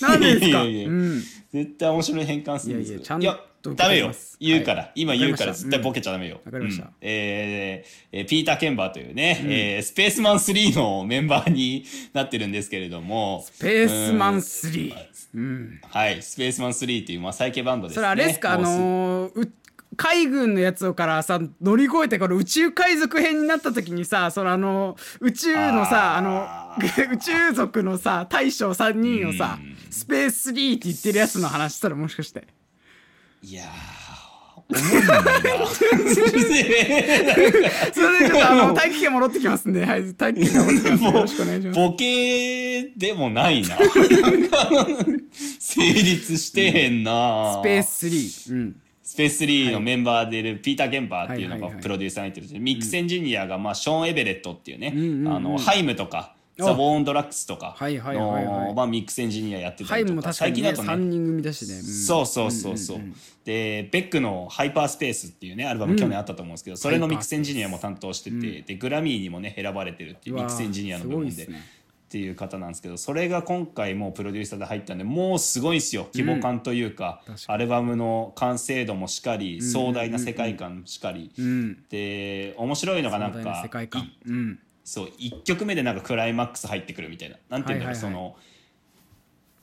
Speaker 2: なんでですか
Speaker 1: いやいやいや
Speaker 2: うん
Speaker 1: 絶対面白い変換するんですよ。
Speaker 2: いやいやちゃんと受け
Speaker 1: ダメ
Speaker 2: 取り
Speaker 1: よ
Speaker 2: ます。
Speaker 1: 言うから、
Speaker 2: はい
Speaker 1: 今言うから
Speaker 2: わかりました
Speaker 1: 絶対ボケちゃダメよ。
Speaker 2: うんわかりました
Speaker 1: うんえーえーピーター・ケンバーというね、えースペースマン3のメンバーになってるんですけれども、
Speaker 2: ペースマン3。うん。
Speaker 1: はい、スペースマン3っていう、まあ、サイケバンドですね。
Speaker 2: それあれですか、あ
Speaker 1: もう
Speaker 2: のーう海軍のやつをからさ乗り越えてこの宇宙海賊編になった時にさそのあの宇宙のさあ
Speaker 1: あ
Speaker 2: の *laughs* 宇宙族のさ大将3人をさスペース3って言ってるやつの話したらもし
Speaker 1: *laughs*
Speaker 2: かして
Speaker 1: いや
Speaker 2: *laughs*
Speaker 1: ー、
Speaker 2: それでちょっとあの大気圏戻ってきますんではい大気圏戻ってきますんでよろしくお願いします
Speaker 1: ボケでもない
Speaker 2: *laughs*
Speaker 1: な。成立してへんな。
Speaker 2: スペース3うん
Speaker 1: スペース3のメンバーでいるピーター・ゲンバーっていうの
Speaker 2: はいはい
Speaker 1: が
Speaker 2: はい
Speaker 1: プロデューサーに入ってるんですけどミックスエンジニアがまあショーン・エベレットっていうね、
Speaker 2: んうんうん
Speaker 1: あのハイムとか
Speaker 2: あ
Speaker 1: ザ・ボーン・ドラックスとか
Speaker 2: はいはいはいはい
Speaker 1: のまあミックスエンジニアやってた
Speaker 2: ハイ
Speaker 1: り
Speaker 2: ム
Speaker 1: と
Speaker 2: も
Speaker 1: か
Speaker 2: 確か
Speaker 1: 最
Speaker 2: に、
Speaker 1: 近
Speaker 2: ね、
Speaker 1: だと
Speaker 2: 3
Speaker 1: ね
Speaker 2: 人組だしね、うん
Speaker 1: そうそうそうそう,、でベックの「ハイパースペース」っていうねアルバム去年あったと思うんですけど、それのミックスエンジニアも担当してて、でグラミーにもね選ばれてるっていう
Speaker 2: うわ
Speaker 1: ミ
Speaker 2: ー
Speaker 1: ックスエンジニアの部
Speaker 2: すごい
Speaker 1: 門
Speaker 2: っ
Speaker 1: です
Speaker 2: ね
Speaker 1: っていう方なんですけどそれが今回もうプロデューサーで入ったんでもうすごいんですよ規模感というか,、
Speaker 2: 確か
Speaker 1: アルバムの完成度もしっかり壮大な世界観もしっかり、
Speaker 2: うん
Speaker 1: で面白いのがなん
Speaker 2: 壮大な
Speaker 1: か
Speaker 2: 世界観
Speaker 1: い
Speaker 2: うん
Speaker 1: そう1曲目でなんかクライマックス入ってくるみたいななんていうんだろう、
Speaker 2: はいはいはい
Speaker 1: その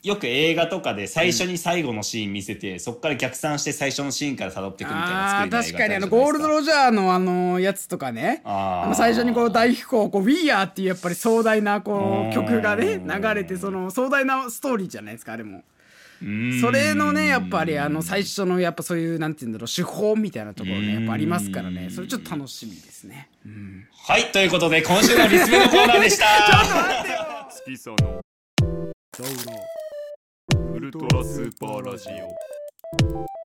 Speaker 1: よく映画とかで最初に最後のシーン見せて、そこから逆算して最初のシーンから辿っていくみたいな
Speaker 2: あ
Speaker 1: 作りの
Speaker 2: あー
Speaker 1: 映
Speaker 2: 確
Speaker 1: 画って
Speaker 2: か
Speaker 1: あるじ
Speaker 2: に
Speaker 1: ゃない
Speaker 2: あの
Speaker 1: です
Speaker 2: ゴールド・ロジャーのあのやつとかね
Speaker 1: あー
Speaker 2: あの最初にこう大飛行こう「We Are」っていうやっぱり壮大なこ
Speaker 1: う
Speaker 2: うん曲がね流れてその壮大なストーリーじゃないですかあれも。
Speaker 1: うん
Speaker 2: それのねやっぱりあの最初のやっぱそういうなんて言うんだろう手法みたいなところねやっぱありますからねそれちょっと楽しみですね。
Speaker 1: はいということで今週のリスペのコーナーで
Speaker 2: *laughs*
Speaker 1: した
Speaker 3: 月そのウルトラスーパーラジオ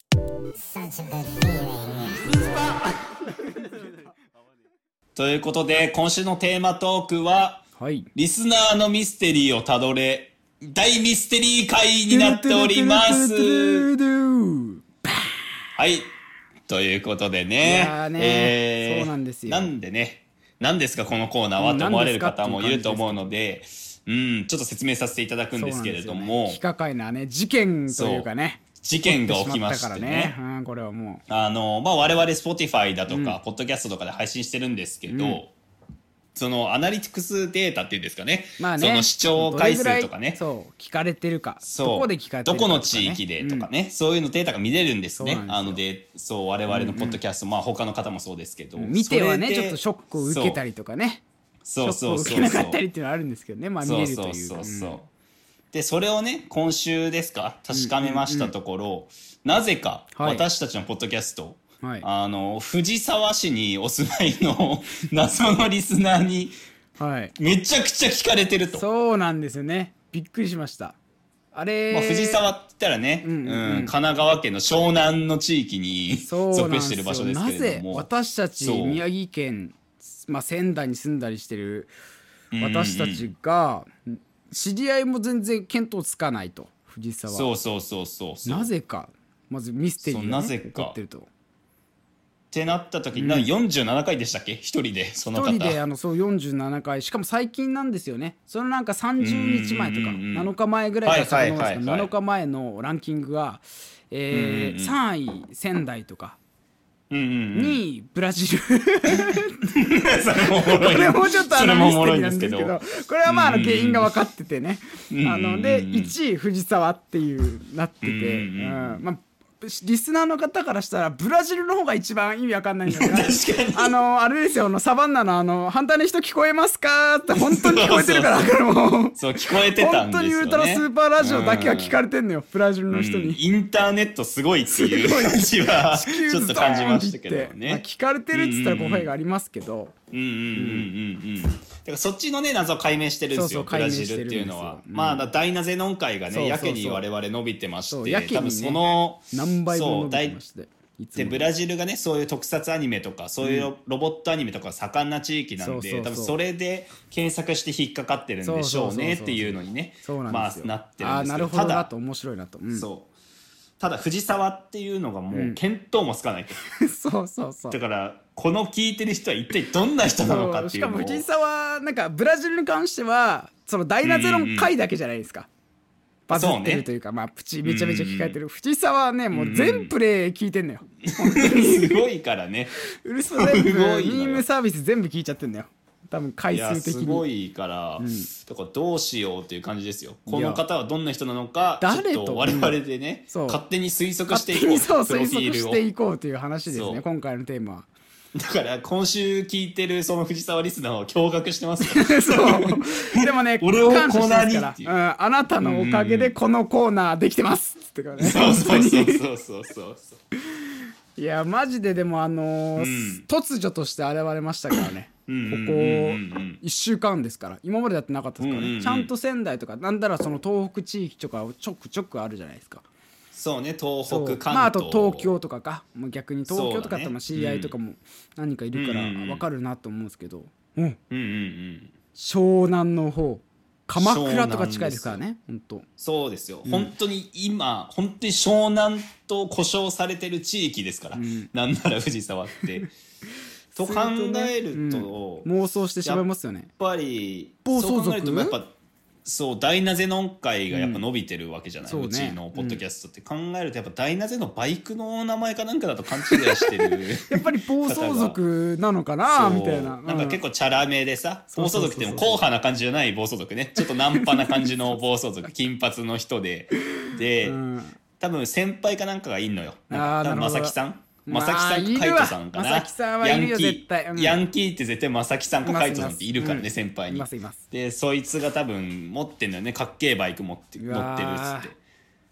Speaker 1: ということで今週のテーマトークは
Speaker 2: はい
Speaker 1: リスナーのミステリーをたどれ大ミステリー会になっております
Speaker 2: ドゥドゥドゥドゥドゥ
Speaker 1: はい。ということで
Speaker 2: い
Speaker 1: ね。
Speaker 2: やーね
Speaker 1: えー
Speaker 2: そうなんですよ
Speaker 1: なんでね、何ですかこのコーナー
Speaker 2: う
Speaker 1: は
Speaker 2: ん
Speaker 1: と思われる
Speaker 2: 何ですか
Speaker 1: 方もいると思うので、うん、ちょっと説明させていただくんですけれど
Speaker 2: そうなん
Speaker 1: も、
Speaker 2: ですよね非可解なね事件というかね
Speaker 1: 事件が起きまして
Speaker 2: 起きてしまったから
Speaker 1: ね
Speaker 2: ね。うんこれはも
Speaker 1: あの、まあ、我々 Spotify だとか、ポッドキャストとかで配信してるんですけど、
Speaker 2: うん
Speaker 1: そのアナリティクスデータっていうんですかね,、
Speaker 2: うまあね
Speaker 1: その視聴回数とかね
Speaker 2: どれぐらいそう聞かれてるか
Speaker 1: そう
Speaker 2: どこで聞かれてるかとかね
Speaker 1: どこの地域でとかね、そういうのデータが見れるんですね
Speaker 2: そう
Speaker 1: あ
Speaker 2: なん
Speaker 1: のでそう我々のポッドキャスト、まあ他の方もそうですけど、
Speaker 2: うん見ては
Speaker 1: そ
Speaker 2: ね
Speaker 1: れ
Speaker 2: ち
Speaker 1: で
Speaker 2: ょっとショックを受けたりとかね
Speaker 1: そう
Speaker 2: シ
Speaker 1: そ
Speaker 2: ョッ
Speaker 1: う
Speaker 2: クを
Speaker 1: そうそ
Speaker 2: 受け
Speaker 1: う
Speaker 2: なかったりっていうのはあるんですけどねまあ見れるという
Speaker 1: そうそうそうそう
Speaker 2: うん
Speaker 1: でそれをね今週ですか確かめましたところ、なぜか
Speaker 2: はい
Speaker 1: 私たちのポッドキャスト、
Speaker 2: はい
Speaker 1: あの藤沢市にお住まいの謎のリスナーに
Speaker 2: はい
Speaker 1: めちゃくちゃ聞かれてると。
Speaker 2: そうなんですよねびっくりしましたあれ
Speaker 1: まあ、藤沢って言ったらね、
Speaker 2: う
Speaker 1: うんん
Speaker 2: うんうん
Speaker 1: 神奈川県の湘南の地域に
Speaker 2: そうなん
Speaker 1: 属
Speaker 2: で
Speaker 1: してる場所
Speaker 2: すよ
Speaker 1: です
Speaker 2: な
Speaker 1: けれ
Speaker 2: ぜ
Speaker 1: ども
Speaker 2: 私たち
Speaker 1: そう
Speaker 2: 宮城県、まあ、仙台に住んだりしてる
Speaker 1: うんうん
Speaker 2: 私たちが知り合いも全然見当つかないと藤沢
Speaker 1: そうそうそうそうそう
Speaker 2: なぜかまずミステリーが、ね、
Speaker 1: そうなぜ
Speaker 2: 起
Speaker 1: か
Speaker 2: こってると
Speaker 1: ってなった時に、なんか47回でしたっけ一人でその
Speaker 2: 一
Speaker 1: 方
Speaker 2: 人であのそう47回しかも最近なんですよねそのなんか30日前とか
Speaker 1: うんうんうん
Speaker 2: 7日前ぐらいから遡るんです
Speaker 1: はい
Speaker 2: け
Speaker 1: はい
Speaker 2: ど
Speaker 1: はいはい
Speaker 2: 7日前のランキングが、えー
Speaker 1: うんうん
Speaker 2: 3位仙台とか
Speaker 1: うんうんうん、
Speaker 2: 2位ブラジ
Speaker 1: *laughs*
Speaker 2: ル
Speaker 1: それもおもろい
Speaker 2: これもちょっとあのミステリーなんですけ
Speaker 1: そ
Speaker 2: ど
Speaker 1: れもおもろいんで
Speaker 2: これはまああの
Speaker 1: うんうん
Speaker 2: 原因が分かっててね、
Speaker 1: うんうんうん
Speaker 2: あので1位藤沢っていうなって
Speaker 1: う
Speaker 2: て、
Speaker 1: んうんうん
Speaker 2: うんまあリスナーの方からしたらブラジルの方が一番意味わかんないんだ
Speaker 1: *laughs*
Speaker 2: よね
Speaker 1: すけど確か
Speaker 2: あのあれですよあのサバンナのあの「反対の人聞こえますか?」って本当に聞こえてるからこれもう
Speaker 1: にそう聞こえてたん
Speaker 2: 本
Speaker 1: ですよ、ね、
Speaker 2: 当にウルトラスーパーラジオだけは聞かれてんのよブラジルの人
Speaker 1: うん
Speaker 2: に。
Speaker 1: インターネットすごいっていう感じはちょっと感じましたけど
Speaker 2: まあ
Speaker 1: ね
Speaker 2: 聞かれてるっつったら語弊がありますけど、
Speaker 1: うんうんうんうんうんだからそっちのね謎を解明してるんです
Speaker 2: そうそう
Speaker 1: よブ
Speaker 2: 解明
Speaker 1: ラ
Speaker 2: し
Speaker 1: ジ
Speaker 2: て
Speaker 1: ル
Speaker 2: るん
Speaker 1: って
Speaker 2: ですよ
Speaker 1: いうのは
Speaker 2: うん
Speaker 1: まあだダイナゼノン会が
Speaker 2: そ
Speaker 1: ね
Speaker 2: うそう
Speaker 1: や
Speaker 2: そう
Speaker 1: けに我々伸びてまし
Speaker 2: そう
Speaker 1: て
Speaker 2: やけにね
Speaker 1: 多分その
Speaker 2: 何倍
Speaker 1: そ
Speaker 2: も伸
Speaker 1: う
Speaker 2: びて
Speaker 1: 大
Speaker 2: ましていつ
Speaker 1: で
Speaker 2: も
Speaker 1: ブラジルがねそういう特撮アニメとかそういううロボットアニメとか盛んな地域なんで
Speaker 2: そうそうそう
Speaker 1: 多分それで検索して引っかかってるんでしょうねっていうのにね
Speaker 2: そうなん
Speaker 1: ま
Speaker 2: で
Speaker 1: あ
Speaker 2: すよ、
Speaker 1: なってるん
Speaker 2: あー
Speaker 1: です
Speaker 2: な
Speaker 1: け
Speaker 2: る
Speaker 1: ど
Speaker 2: ほど
Speaker 1: た
Speaker 2: な
Speaker 1: だ
Speaker 2: と面白いなと、うん、そ
Speaker 1: そうただ藤沢っていうのがもう見当もつかないと
Speaker 2: うそうそうそう
Speaker 1: だからこの聞いてる人は一体どんな人なのかって
Speaker 2: し
Speaker 1: いう
Speaker 2: か
Speaker 1: の
Speaker 2: も
Speaker 1: を
Speaker 2: 藤沢なんかブラジルに関してはそのダイナゼロン回だけじゃないですか、バズってるというかまあプチめちゃめちゃ聞かれてる、藤沢はねもう全プレイ聞いてんのよ、
Speaker 1: すごいから
Speaker 2: *laughs*
Speaker 1: ね
Speaker 2: うるさ全部
Speaker 1: すごい
Speaker 2: ミ
Speaker 1: のよ
Speaker 2: ームサービス全部聞いちゃってんだよ多分回
Speaker 1: いや
Speaker 2: 数的
Speaker 1: す
Speaker 2: に
Speaker 1: ごいから、だからどうしようっていう感じですよこの方はどんな人なのか
Speaker 2: いや
Speaker 1: ちょっと我々でね
Speaker 2: そう
Speaker 1: 勝手に推測し
Speaker 2: 勝
Speaker 1: て
Speaker 2: 手
Speaker 1: いこう
Speaker 2: にそう
Speaker 1: プロ
Speaker 2: 推
Speaker 1: フィ
Speaker 2: 測
Speaker 1: ール
Speaker 2: し
Speaker 1: を
Speaker 2: ていこうという話です
Speaker 1: そ
Speaker 2: ね
Speaker 1: う
Speaker 2: 今回のテーマは
Speaker 1: だから今週聞いてるその藤沢リスナーを驚愕してますよ
Speaker 2: そうでもね
Speaker 1: *laughs* 俺を
Speaker 2: 感謝してます
Speaker 1: コーナーにっていう
Speaker 2: からうん、あなたのおかげでこのコーナーできてますっつってからね
Speaker 1: そうそう
Speaker 2: *laughs* 本当
Speaker 1: そうそ
Speaker 2: に
Speaker 1: うそうそうそう
Speaker 2: いやマジででもあのー突如として現れましたからねここ
Speaker 1: んうんうんうん
Speaker 2: 1週間ですから今までだってなかったですからね、
Speaker 1: うんうんうん
Speaker 2: ちゃんと仙台とかなんだらその東北地域とかちょくちょくあるじゃないですか
Speaker 1: そうね東北
Speaker 2: そう
Speaker 1: 関東、
Speaker 2: まあ、あと東京とかかもう逆に東京と
Speaker 1: そ
Speaker 2: か
Speaker 1: うだ
Speaker 2: って
Speaker 1: ね
Speaker 2: まあ知り合いとかも何人かいるから
Speaker 1: うんうんうん
Speaker 2: 分かるなと思うんですけど、うん
Speaker 1: うんうんうん
Speaker 2: 湘南の方鎌倉とか近いですからね本当
Speaker 1: そうですよ、本当に今本当に湘南と呼称されてる地域ですから、なんなら藤沢って
Speaker 2: *laughs*
Speaker 1: と考えると、
Speaker 2: うん妄想してしまいますよね
Speaker 1: やっぱり
Speaker 2: 暴走
Speaker 1: そう
Speaker 2: 族
Speaker 1: 考えるとやっぱそう大なぜの音階がやっぱ伸びてるわけじゃない、
Speaker 2: う
Speaker 1: うん
Speaker 2: そうね
Speaker 1: ちのポッドキャストって考えるとやっぱ大なぜのバイクの名前かなんかだと勘違いして
Speaker 2: *laughs*
Speaker 1: る
Speaker 2: やっぱり暴走族なのかなみたいな
Speaker 1: そうなんか結
Speaker 2: 構
Speaker 1: 構チャラめでさ
Speaker 2: そ
Speaker 1: 暴
Speaker 2: うそ
Speaker 1: 走
Speaker 2: うそう
Speaker 1: 族
Speaker 2: そう
Speaker 1: っても硬派な感じじゃない暴走族ねちょっとナンパな感じ
Speaker 2: *laughs*
Speaker 1: の暴走族金髪の人でで、
Speaker 2: うん
Speaker 1: 多分先輩かなんかがいんのよなんか多
Speaker 2: あー
Speaker 1: 分
Speaker 2: なるほど
Speaker 1: 正木さん
Speaker 2: まあ
Speaker 1: 正木さん
Speaker 2: いる
Speaker 1: か
Speaker 2: わ
Speaker 1: 海人さんかな
Speaker 2: 正木さんはいる
Speaker 1: ヤン
Speaker 2: よ
Speaker 1: キー
Speaker 2: 絶対うん
Speaker 1: ヤンキーって絶対正木さんか
Speaker 2: います
Speaker 1: 海人さんっているから
Speaker 2: い
Speaker 1: ね、
Speaker 2: ます
Speaker 1: 先輩
Speaker 2: い
Speaker 1: に
Speaker 2: ますいます
Speaker 1: でそいつが多分持ってんのよねかっけえバイク持って
Speaker 2: う
Speaker 1: 乗ってるっ
Speaker 2: わー
Speaker 1: つって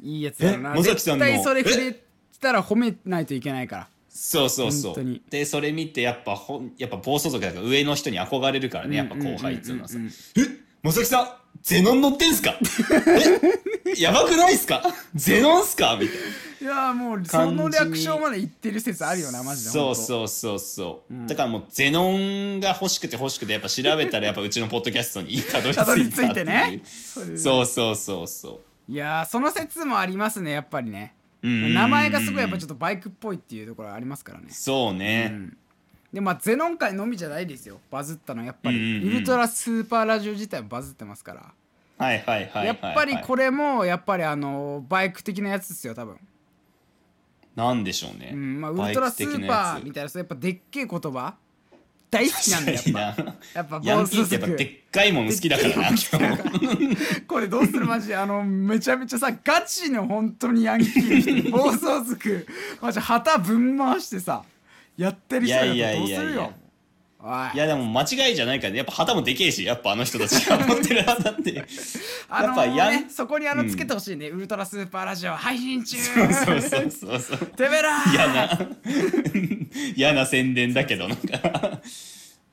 Speaker 2: いいやつだな
Speaker 1: え野崎さ
Speaker 2: 絶
Speaker 1: んの
Speaker 2: 対それ触れたら褒めないといけないから
Speaker 1: そうそうそ
Speaker 2: 本当に
Speaker 1: うでそれ見てやっぱほんやっぱ暴走族だから上の人に憧れるからねやっぱ後輩っつうのはさ「えまさきさんゼノン乗ってんすかえやばくないっすかゼノンっすか?」みたいない
Speaker 2: やーもうそ
Speaker 1: 感
Speaker 2: の
Speaker 1: じに
Speaker 2: 略称まで言ってる説あるよなマジで
Speaker 1: そう
Speaker 2: う
Speaker 1: そうそうそう、だからもうゼノンが欲しくて欲しくてやっぱ調べたらやっぱうちのポッドキャストにたどり着い
Speaker 2: た
Speaker 1: たっ
Speaker 2: ど
Speaker 1: てい
Speaker 2: り
Speaker 1: う
Speaker 2: 着いてね
Speaker 1: そうそうそうそう
Speaker 2: いやーその説もありますねやっぱりね
Speaker 1: うん
Speaker 2: 名前がすごいやっぱちょっとバイクっぽいっていうところありますからね
Speaker 1: そうね、
Speaker 2: でまあゼノン界のみじゃないですよバズったのはやっぱり、
Speaker 1: うんうんうん
Speaker 2: ウルトラスーパーラジオ自体もバズってますから、
Speaker 1: はいはいはいはいはい
Speaker 2: やっぱりこれもやっぱりあのバイク的なやつですよ多分、
Speaker 1: なんでしょうね、
Speaker 2: うんまあ、ウルトラスーパーみたいなそうやっぱでっけえ言葉大好きなんだよやっぱ
Speaker 1: ぱ
Speaker 2: やっぱ
Speaker 1: ヤ
Speaker 2: 暴
Speaker 1: ンキーってやっぱでっかいもの好きだからな
Speaker 2: これどうするマジであのめちゃめちゃさガチの本当にヤンキーの人暴走族マジ旗ぶん回してさやってる人だと
Speaker 1: いやいや
Speaker 2: どう
Speaker 1: い
Speaker 2: す
Speaker 1: やいや
Speaker 2: るよお
Speaker 1: い
Speaker 2: い
Speaker 1: やでも間違いじゃないからねやっぱ旗もでけえしやっぱあの人たちが持ってる旗って
Speaker 2: あの
Speaker 1: やっぱヤン
Speaker 2: ね、そこにあのつけてほしいね、ウルトラスーパーラジオ配信中
Speaker 1: そうそうそうそう
Speaker 2: てめえら
Speaker 1: 嫌な嫌な宣伝だけどなんか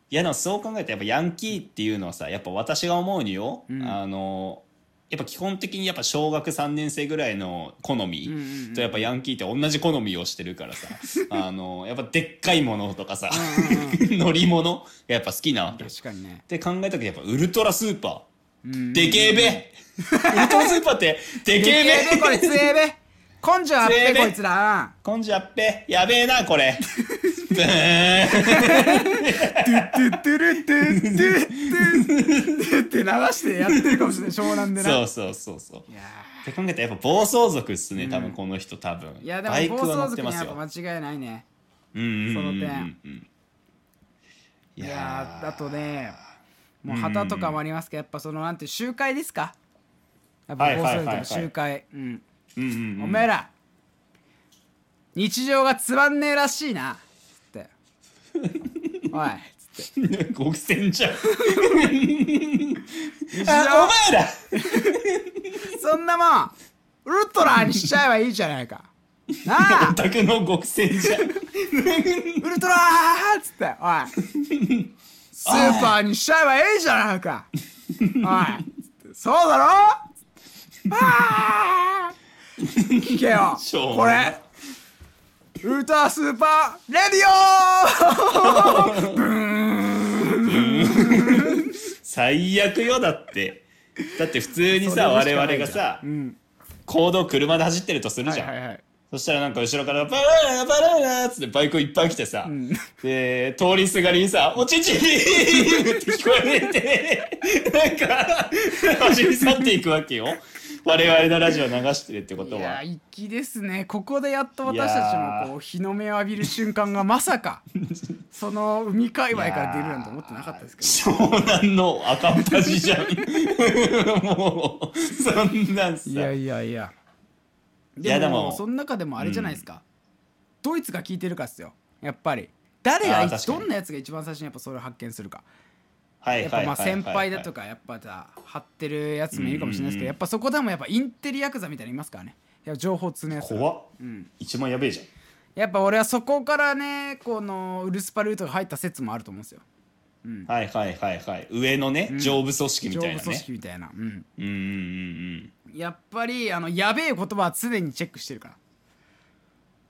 Speaker 1: いやでもそう考えたらやっぱヤンキーっていうのはさやっぱ私が思うによ、あのやっぱ基本的にやっぱ小学3年生ぐらいの好みとやっぱヤンキーって同じ好みをしてるから *laughs* さあのやっぱでっかいものとかさ *laughs* 乗り物がやっぱ好きなわけっ
Speaker 2: 確かにね
Speaker 1: て考えた時やっぱウルトラスーパーでけえべウルトラスーパーってでけえ
Speaker 2: でけえべこれ
Speaker 1: べ
Speaker 2: 強えべ根性あっ
Speaker 1: 強え
Speaker 2: ぺ
Speaker 1: べ
Speaker 2: こいつら
Speaker 1: こんじゃっぺやべえなこれブーン
Speaker 2: トゥトゥルトゥトゥトゥって流してやってるかもしれない湘南でな
Speaker 1: そうそうそうそう。
Speaker 2: い
Speaker 1: っ
Speaker 2: や
Speaker 1: て考えたらやっぱ暴走族っすね、多分この人多分。
Speaker 2: ーいや
Speaker 1: バ
Speaker 2: で
Speaker 1: イ
Speaker 2: も
Speaker 1: ク
Speaker 2: 暴
Speaker 1: は乗っ
Speaker 2: 走
Speaker 1: て
Speaker 2: 族
Speaker 1: ま
Speaker 2: には
Speaker 1: すよ。
Speaker 2: やっぱ間違いないね
Speaker 1: うんうんうんうんうん。い
Speaker 2: い
Speaker 1: や
Speaker 2: や
Speaker 1: ー
Speaker 2: ーあとねもう旗とかもありますけどやっぱそのなんて集会ですかやっぱ
Speaker 1: はい
Speaker 2: 放
Speaker 1: はいはいはい
Speaker 2: 送での集会うん
Speaker 1: うんうん
Speaker 2: おめえら日常がつまんねえらしいなつ
Speaker 1: *laughs*
Speaker 2: っておいつって
Speaker 1: うん。 *laughs* 極戦じゃん。
Speaker 2: 日
Speaker 1: あ
Speaker 2: 常
Speaker 1: お前ら
Speaker 2: そんなもんウルトラにしちゃえばいいじゃないかなあ
Speaker 1: お宅の極戦じゃん。
Speaker 2: ウルトラーっつっておい
Speaker 1: *laughs*
Speaker 2: スーパーにしちゃえばいいじゃないかおいつってそうだろああ聞けよ
Speaker 1: しょう
Speaker 2: こ
Speaker 1: もな
Speaker 2: れウルトラスーパーレディオブ
Speaker 1: 最悪よだって。だって普通にさ
Speaker 2: それ
Speaker 1: 我
Speaker 2: で
Speaker 1: 々
Speaker 2: もしかない
Speaker 1: がさ、
Speaker 2: ん
Speaker 1: 行動車で走ってるとするじゃん。
Speaker 2: ーンはいはい
Speaker 1: そしたらなんか後ろからバララバララっつってバイクいっぱい来てさ、で、通りすがりにさ、おちちって聞こえて、なんか、走り去っていくわけよ。我々のラジオ流してるってこと
Speaker 2: いや
Speaker 1: は。
Speaker 2: ー粋ですねここでやっと私たち
Speaker 1: いや
Speaker 2: の
Speaker 1: ー
Speaker 2: こう日の目を浴びる瞬間がまさかその海界隈から出るなんて思ってなかったですけど
Speaker 1: 湘南の赤っ端じゃん。もう、そんなんさ。
Speaker 2: いやいやいや
Speaker 1: いやでも
Speaker 2: その中でもあれじゃないですか、ドイツが聞いてるかっすよやっぱり誰が
Speaker 1: あー
Speaker 2: い
Speaker 1: 確か
Speaker 2: ど
Speaker 1: に
Speaker 2: んなやつが一番最初にやっぱそれを発見するか
Speaker 1: はい
Speaker 2: やっ
Speaker 1: は
Speaker 2: ぱ
Speaker 1: い
Speaker 2: まあ
Speaker 1: はいはい
Speaker 2: 先輩だと。かやっぱさ張ってるやつもいるかもしれないですけどやっぱそこでもやっぱインテリヤクザみたいなのいますからねいや情報通のやつら
Speaker 1: 怖っ。一番やべえじゃん。
Speaker 2: やっぱ俺はそこからねこのウルスパルートが入った説もあると思うんですよ
Speaker 1: はいはいはいはい。上のね、上部組織み
Speaker 2: 上
Speaker 1: たい
Speaker 2: 部
Speaker 1: な
Speaker 2: 組
Speaker 1: ね
Speaker 2: 織。みたいな、うん、
Speaker 1: うんうんうんうん。
Speaker 2: やっぱりあのやべえ言葉は常にチェックしてるか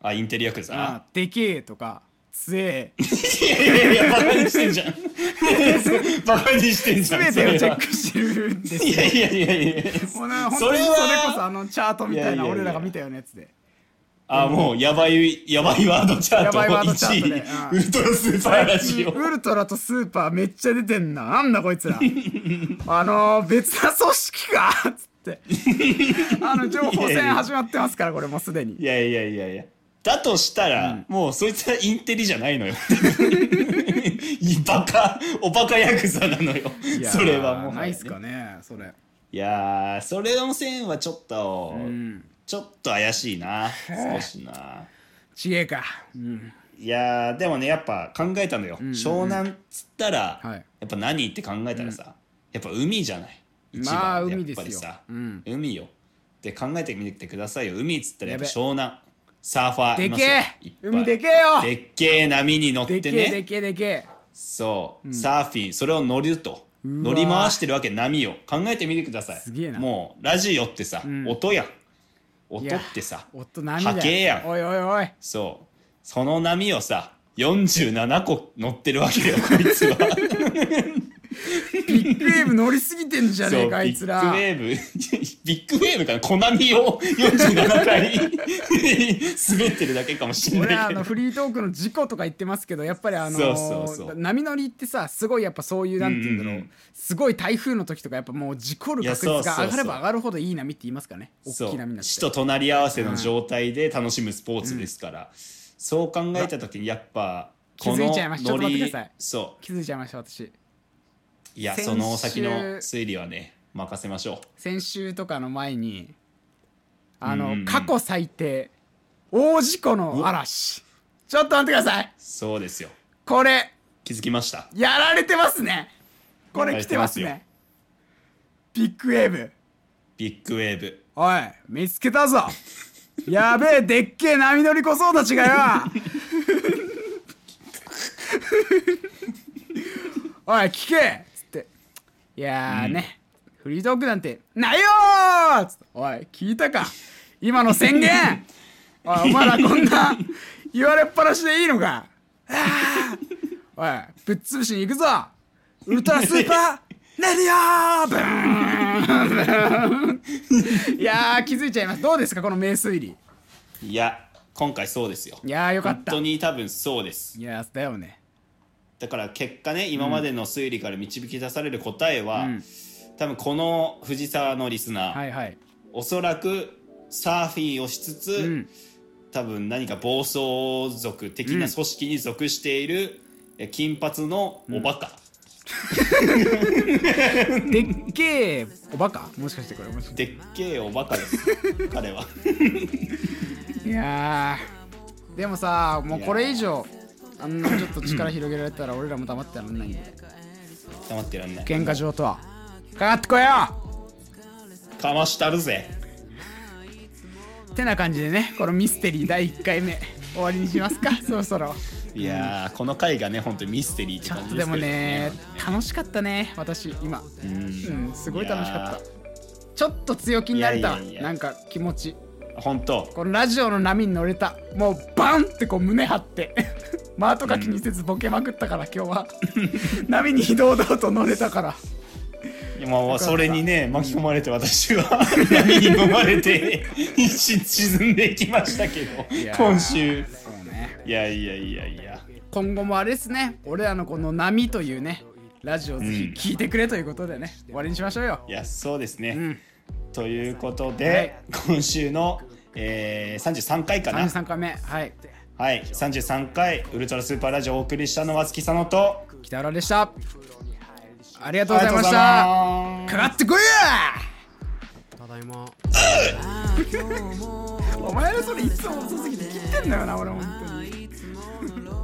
Speaker 2: ら
Speaker 1: あ、インテリアクザ。
Speaker 2: あでけえとか強え
Speaker 1: いやいやいや、バカにしてんじゃ
Speaker 2: *laughs*
Speaker 1: ん。バカにしてんじゃん。
Speaker 2: 全てをチェックしてるんです
Speaker 1: それは。いやいやいやいや。
Speaker 2: もうな
Speaker 1: *laughs*
Speaker 2: 本
Speaker 1: そ
Speaker 2: 当に
Speaker 1: れ
Speaker 2: それ
Speaker 1: は
Speaker 2: こそあのチャートみたい
Speaker 1: いやい
Speaker 2: な
Speaker 1: やいや
Speaker 2: 俺らが見たようなやつで
Speaker 1: あ、もう、やばい、やばいワードチャート
Speaker 2: やばいワードチャ
Speaker 1: 1
Speaker 2: ートね
Speaker 1: 位。ウルトラスーパーラジオ。
Speaker 2: ウルトラとスーパーめっちゃ出てんななんだこいつ
Speaker 1: *laughs*
Speaker 2: らあのー別な組織かっ
Speaker 1: *laughs*
Speaker 2: つってあの情報
Speaker 1: いやい
Speaker 2: 戦
Speaker 1: や
Speaker 2: 始まってますからこれもうすで
Speaker 1: い
Speaker 2: に
Speaker 1: やいやいやいや。だとしたら、もう、そいつはインテリじゃないのよ。いバカ、おバカヤクザなのよ
Speaker 2: い。やー
Speaker 1: それはもう。
Speaker 2: ないっすかねそれ
Speaker 1: いやー、それの線はちょっと、ちょっと怪しいな。少しな。
Speaker 2: ちげえかうん
Speaker 1: いやーでもねやっぱ考えたのよ、湘南っつったら、
Speaker 2: はい
Speaker 1: やっぱ何って考えたらさ、やっぱ海じゃない一番
Speaker 2: まあ
Speaker 1: やっ
Speaker 2: 海です
Speaker 1: ぱ
Speaker 2: よ
Speaker 1: りさ、
Speaker 2: うん
Speaker 1: 海よって考えてみてくださいよ海っつったらやっぱ
Speaker 2: やべ
Speaker 1: 湘南サーファー
Speaker 2: で
Speaker 1: いま
Speaker 2: け
Speaker 1: すよいっ
Speaker 2: え
Speaker 1: ぱい
Speaker 2: 海でけえよ
Speaker 1: でっけえ波に乗って
Speaker 2: で
Speaker 1: ね
Speaker 2: けえでけえでけえ
Speaker 1: そう、サーフィンそれを乗ると乗り回してるわけ波を考えてみてください
Speaker 2: すげえな
Speaker 1: もうラジオってさ、音やん音ってさ
Speaker 2: 音波だよ
Speaker 1: 波形やん
Speaker 2: おいおいおい
Speaker 1: そう。その波をさ、47個乗ってるわけよ、こいつは。
Speaker 2: ビッグウェーブ乗りすぎてんじゃねえかあいつら
Speaker 1: ビッグウェーブ *laughs* ビッグウェーブかなコナミを47回 *laughs* 滑ってるだけかもしれ
Speaker 2: 俺
Speaker 1: な
Speaker 2: あ
Speaker 1: いけ
Speaker 2: の
Speaker 1: ど
Speaker 2: フリートークの事故とか言ってますけどやっぱりあの
Speaker 1: そうそうそう
Speaker 2: 波乗りってさすごいやっぱそういうなんて言うんだろう,、
Speaker 1: うんうんうん
Speaker 2: すごい台風の時とかやっぱもう事故る確
Speaker 1: いやそ
Speaker 2: 率
Speaker 1: うそう
Speaker 2: が
Speaker 1: そう
Speaker 2: 上がれば上がるほどいい波って言いますからね
Speaker 1: そ
Speaker 2: 大きいう波になって
Speaker 1: 死と隣り合わせの状態で楽しむスポーツですから、そう考えた時にやっぱ
Speaker 2: 気づいちゃいました
Speaker 1: この
Speaker 2: ちょっと
Speaker 1: ノ
Speaker 2: 待って
Speaker 1: リ
Speaker 2: ください
Speaker 1: そう
Speaker 2: 気づいちゃいました私
Speaker 1: いや
Speaker 2: 先週
Speaker 1: その先の推理はね任せましょ
Speaker 2: 先週とかの前にあ
Speaker 1: うん
Speaker 2: の、
Speaker 1: うんうん
Speaker 2: 過去最低大事故の嵐ちょっと待ってくださいう
Speaker 1: そうですよ
Speaker 2: これ
Speaker 1: 気づきました
Speaker 2: やられてますねこ
Speaker 1: やら
Speaker 2: れ
Speaker 1: れ
Speaker 2: 来
Speaker 1: て
Speaker 2: て
Speaker 1: ま
Speaker 2: ますす
Speaker 1: よ
Speaker 2: ねビッグウェーブ
Speaker 1: ビッグウェーブ
Speaker 2: おい見つけたぞやべえでっけえ波乗り小僧たちがよおい聞けつっていやーね、フリートークなんてないよーつっておい聞いたか今の宣言おいお前らこんな言われっぱなしでいいのかあーおいぶっ潰しに行くぞウルトラスーパーレディオーブーンブーンいやー気づいちゃいますどうですかこの名推理
Speaker 1: いや今回そうですよ
Speaker 2: いやーよか
Speaker 1: 本
Speaker 2: った
Speaker 1: 当
Speaker 2: い
Speaker 1: に多分そうです
Speaker 2: やーだよね
Speaker 1: だから結果ね今までの推理から導き出される答えは、
Speaker 2: うん
Speaker 1: 多分この藤沢のリスナー、
Speaker 2: はいはい
Speaker 1: おそらくサーフィンをしつつ、
Speaker 2: うん
Speaker 1: 多分何か暴走族的な組織に属している、え金髪のおバカ、
Speaker 2: でっけえおバカもしかしてこれもしかし
Speaker 1: でっけえおバカ
Speaker 2: *laughs*
Speaker 1: です彼は
Speaker 2: ていやーでもさもうこれ以上あんなちょっと力広げられたら俺らも黙ってらんないんで
Speaker 1: 黙ってらんない
Speaker 2: 喧嘩上とはかかってこいよ
Speaker 1: かましたるぜ
Speaker 2: ってな感じでねこのミステリー第1回 *laughs* 目終わりにしますかそろそろ
Speaker 1: いやーこの回がね本当にミステリーって
Speaker 2: ちょ
Speaker 1: 感
Speaker 2: っ
Speaker 1: じ
Speaker 2: と
Speaker 1: で
Speaker 2: ですも
Speaker 1: けど
Speaker 2: ね楽しかったね私今うん、すごい楽しかっ
Speaker 1: いや
Speaker 2: たちょっと強気になれた
Speaker 1: い
Speaker 2: わ
Speaker 1: やいやいや
Speaker 2: なんか気持ち
Speaker 1: ー本当
Speaker 2: このラジオの波に乗れたもうバンってこう胸張って *laughs* 間とか気にせずボケまくったから今日は波に堂々と乗れたから
Speaker 1: いやもう
Speaker 2: った
Speaker 1: それにね巻き込まれて私は波に飲まれて一瞬沈んでいきましたけど
Speaker 2: やー
Speaker 1: 今週
Speaker 2: そうね
Speaker 1: いやいやいやいや
Speaker 2: 今後もあれですね俺らのこの波というねラジオをぜひ聞いてくれということでね、終わりにしましょうよ
Speaker 1: いやそうですね、
Speaker 2: ん
Speaker 1: ということで、今週の、えー、33回かな
Speaker 2: 33回目はい
Speaker 1: はい33回ウルトラスーパーラジオをお送りしたのは月佐野と
Speaker 2: 北浦でしたありがと
Speaker 1: あ
Speaker 2: うございま
Speaker 1: りがとうござい
Speaker 2: した
Speaker 1: ます
Speaker 2: かかってこい
Speaker 4: た
Speaker 2: や
Speaker 4: だい
Speaker 2: *laughs*
Speaker 4: ま
Speaker 2: お前らそれいつも遅すぎて切ってんだよな俺本当に
Speaker 4: いつものロ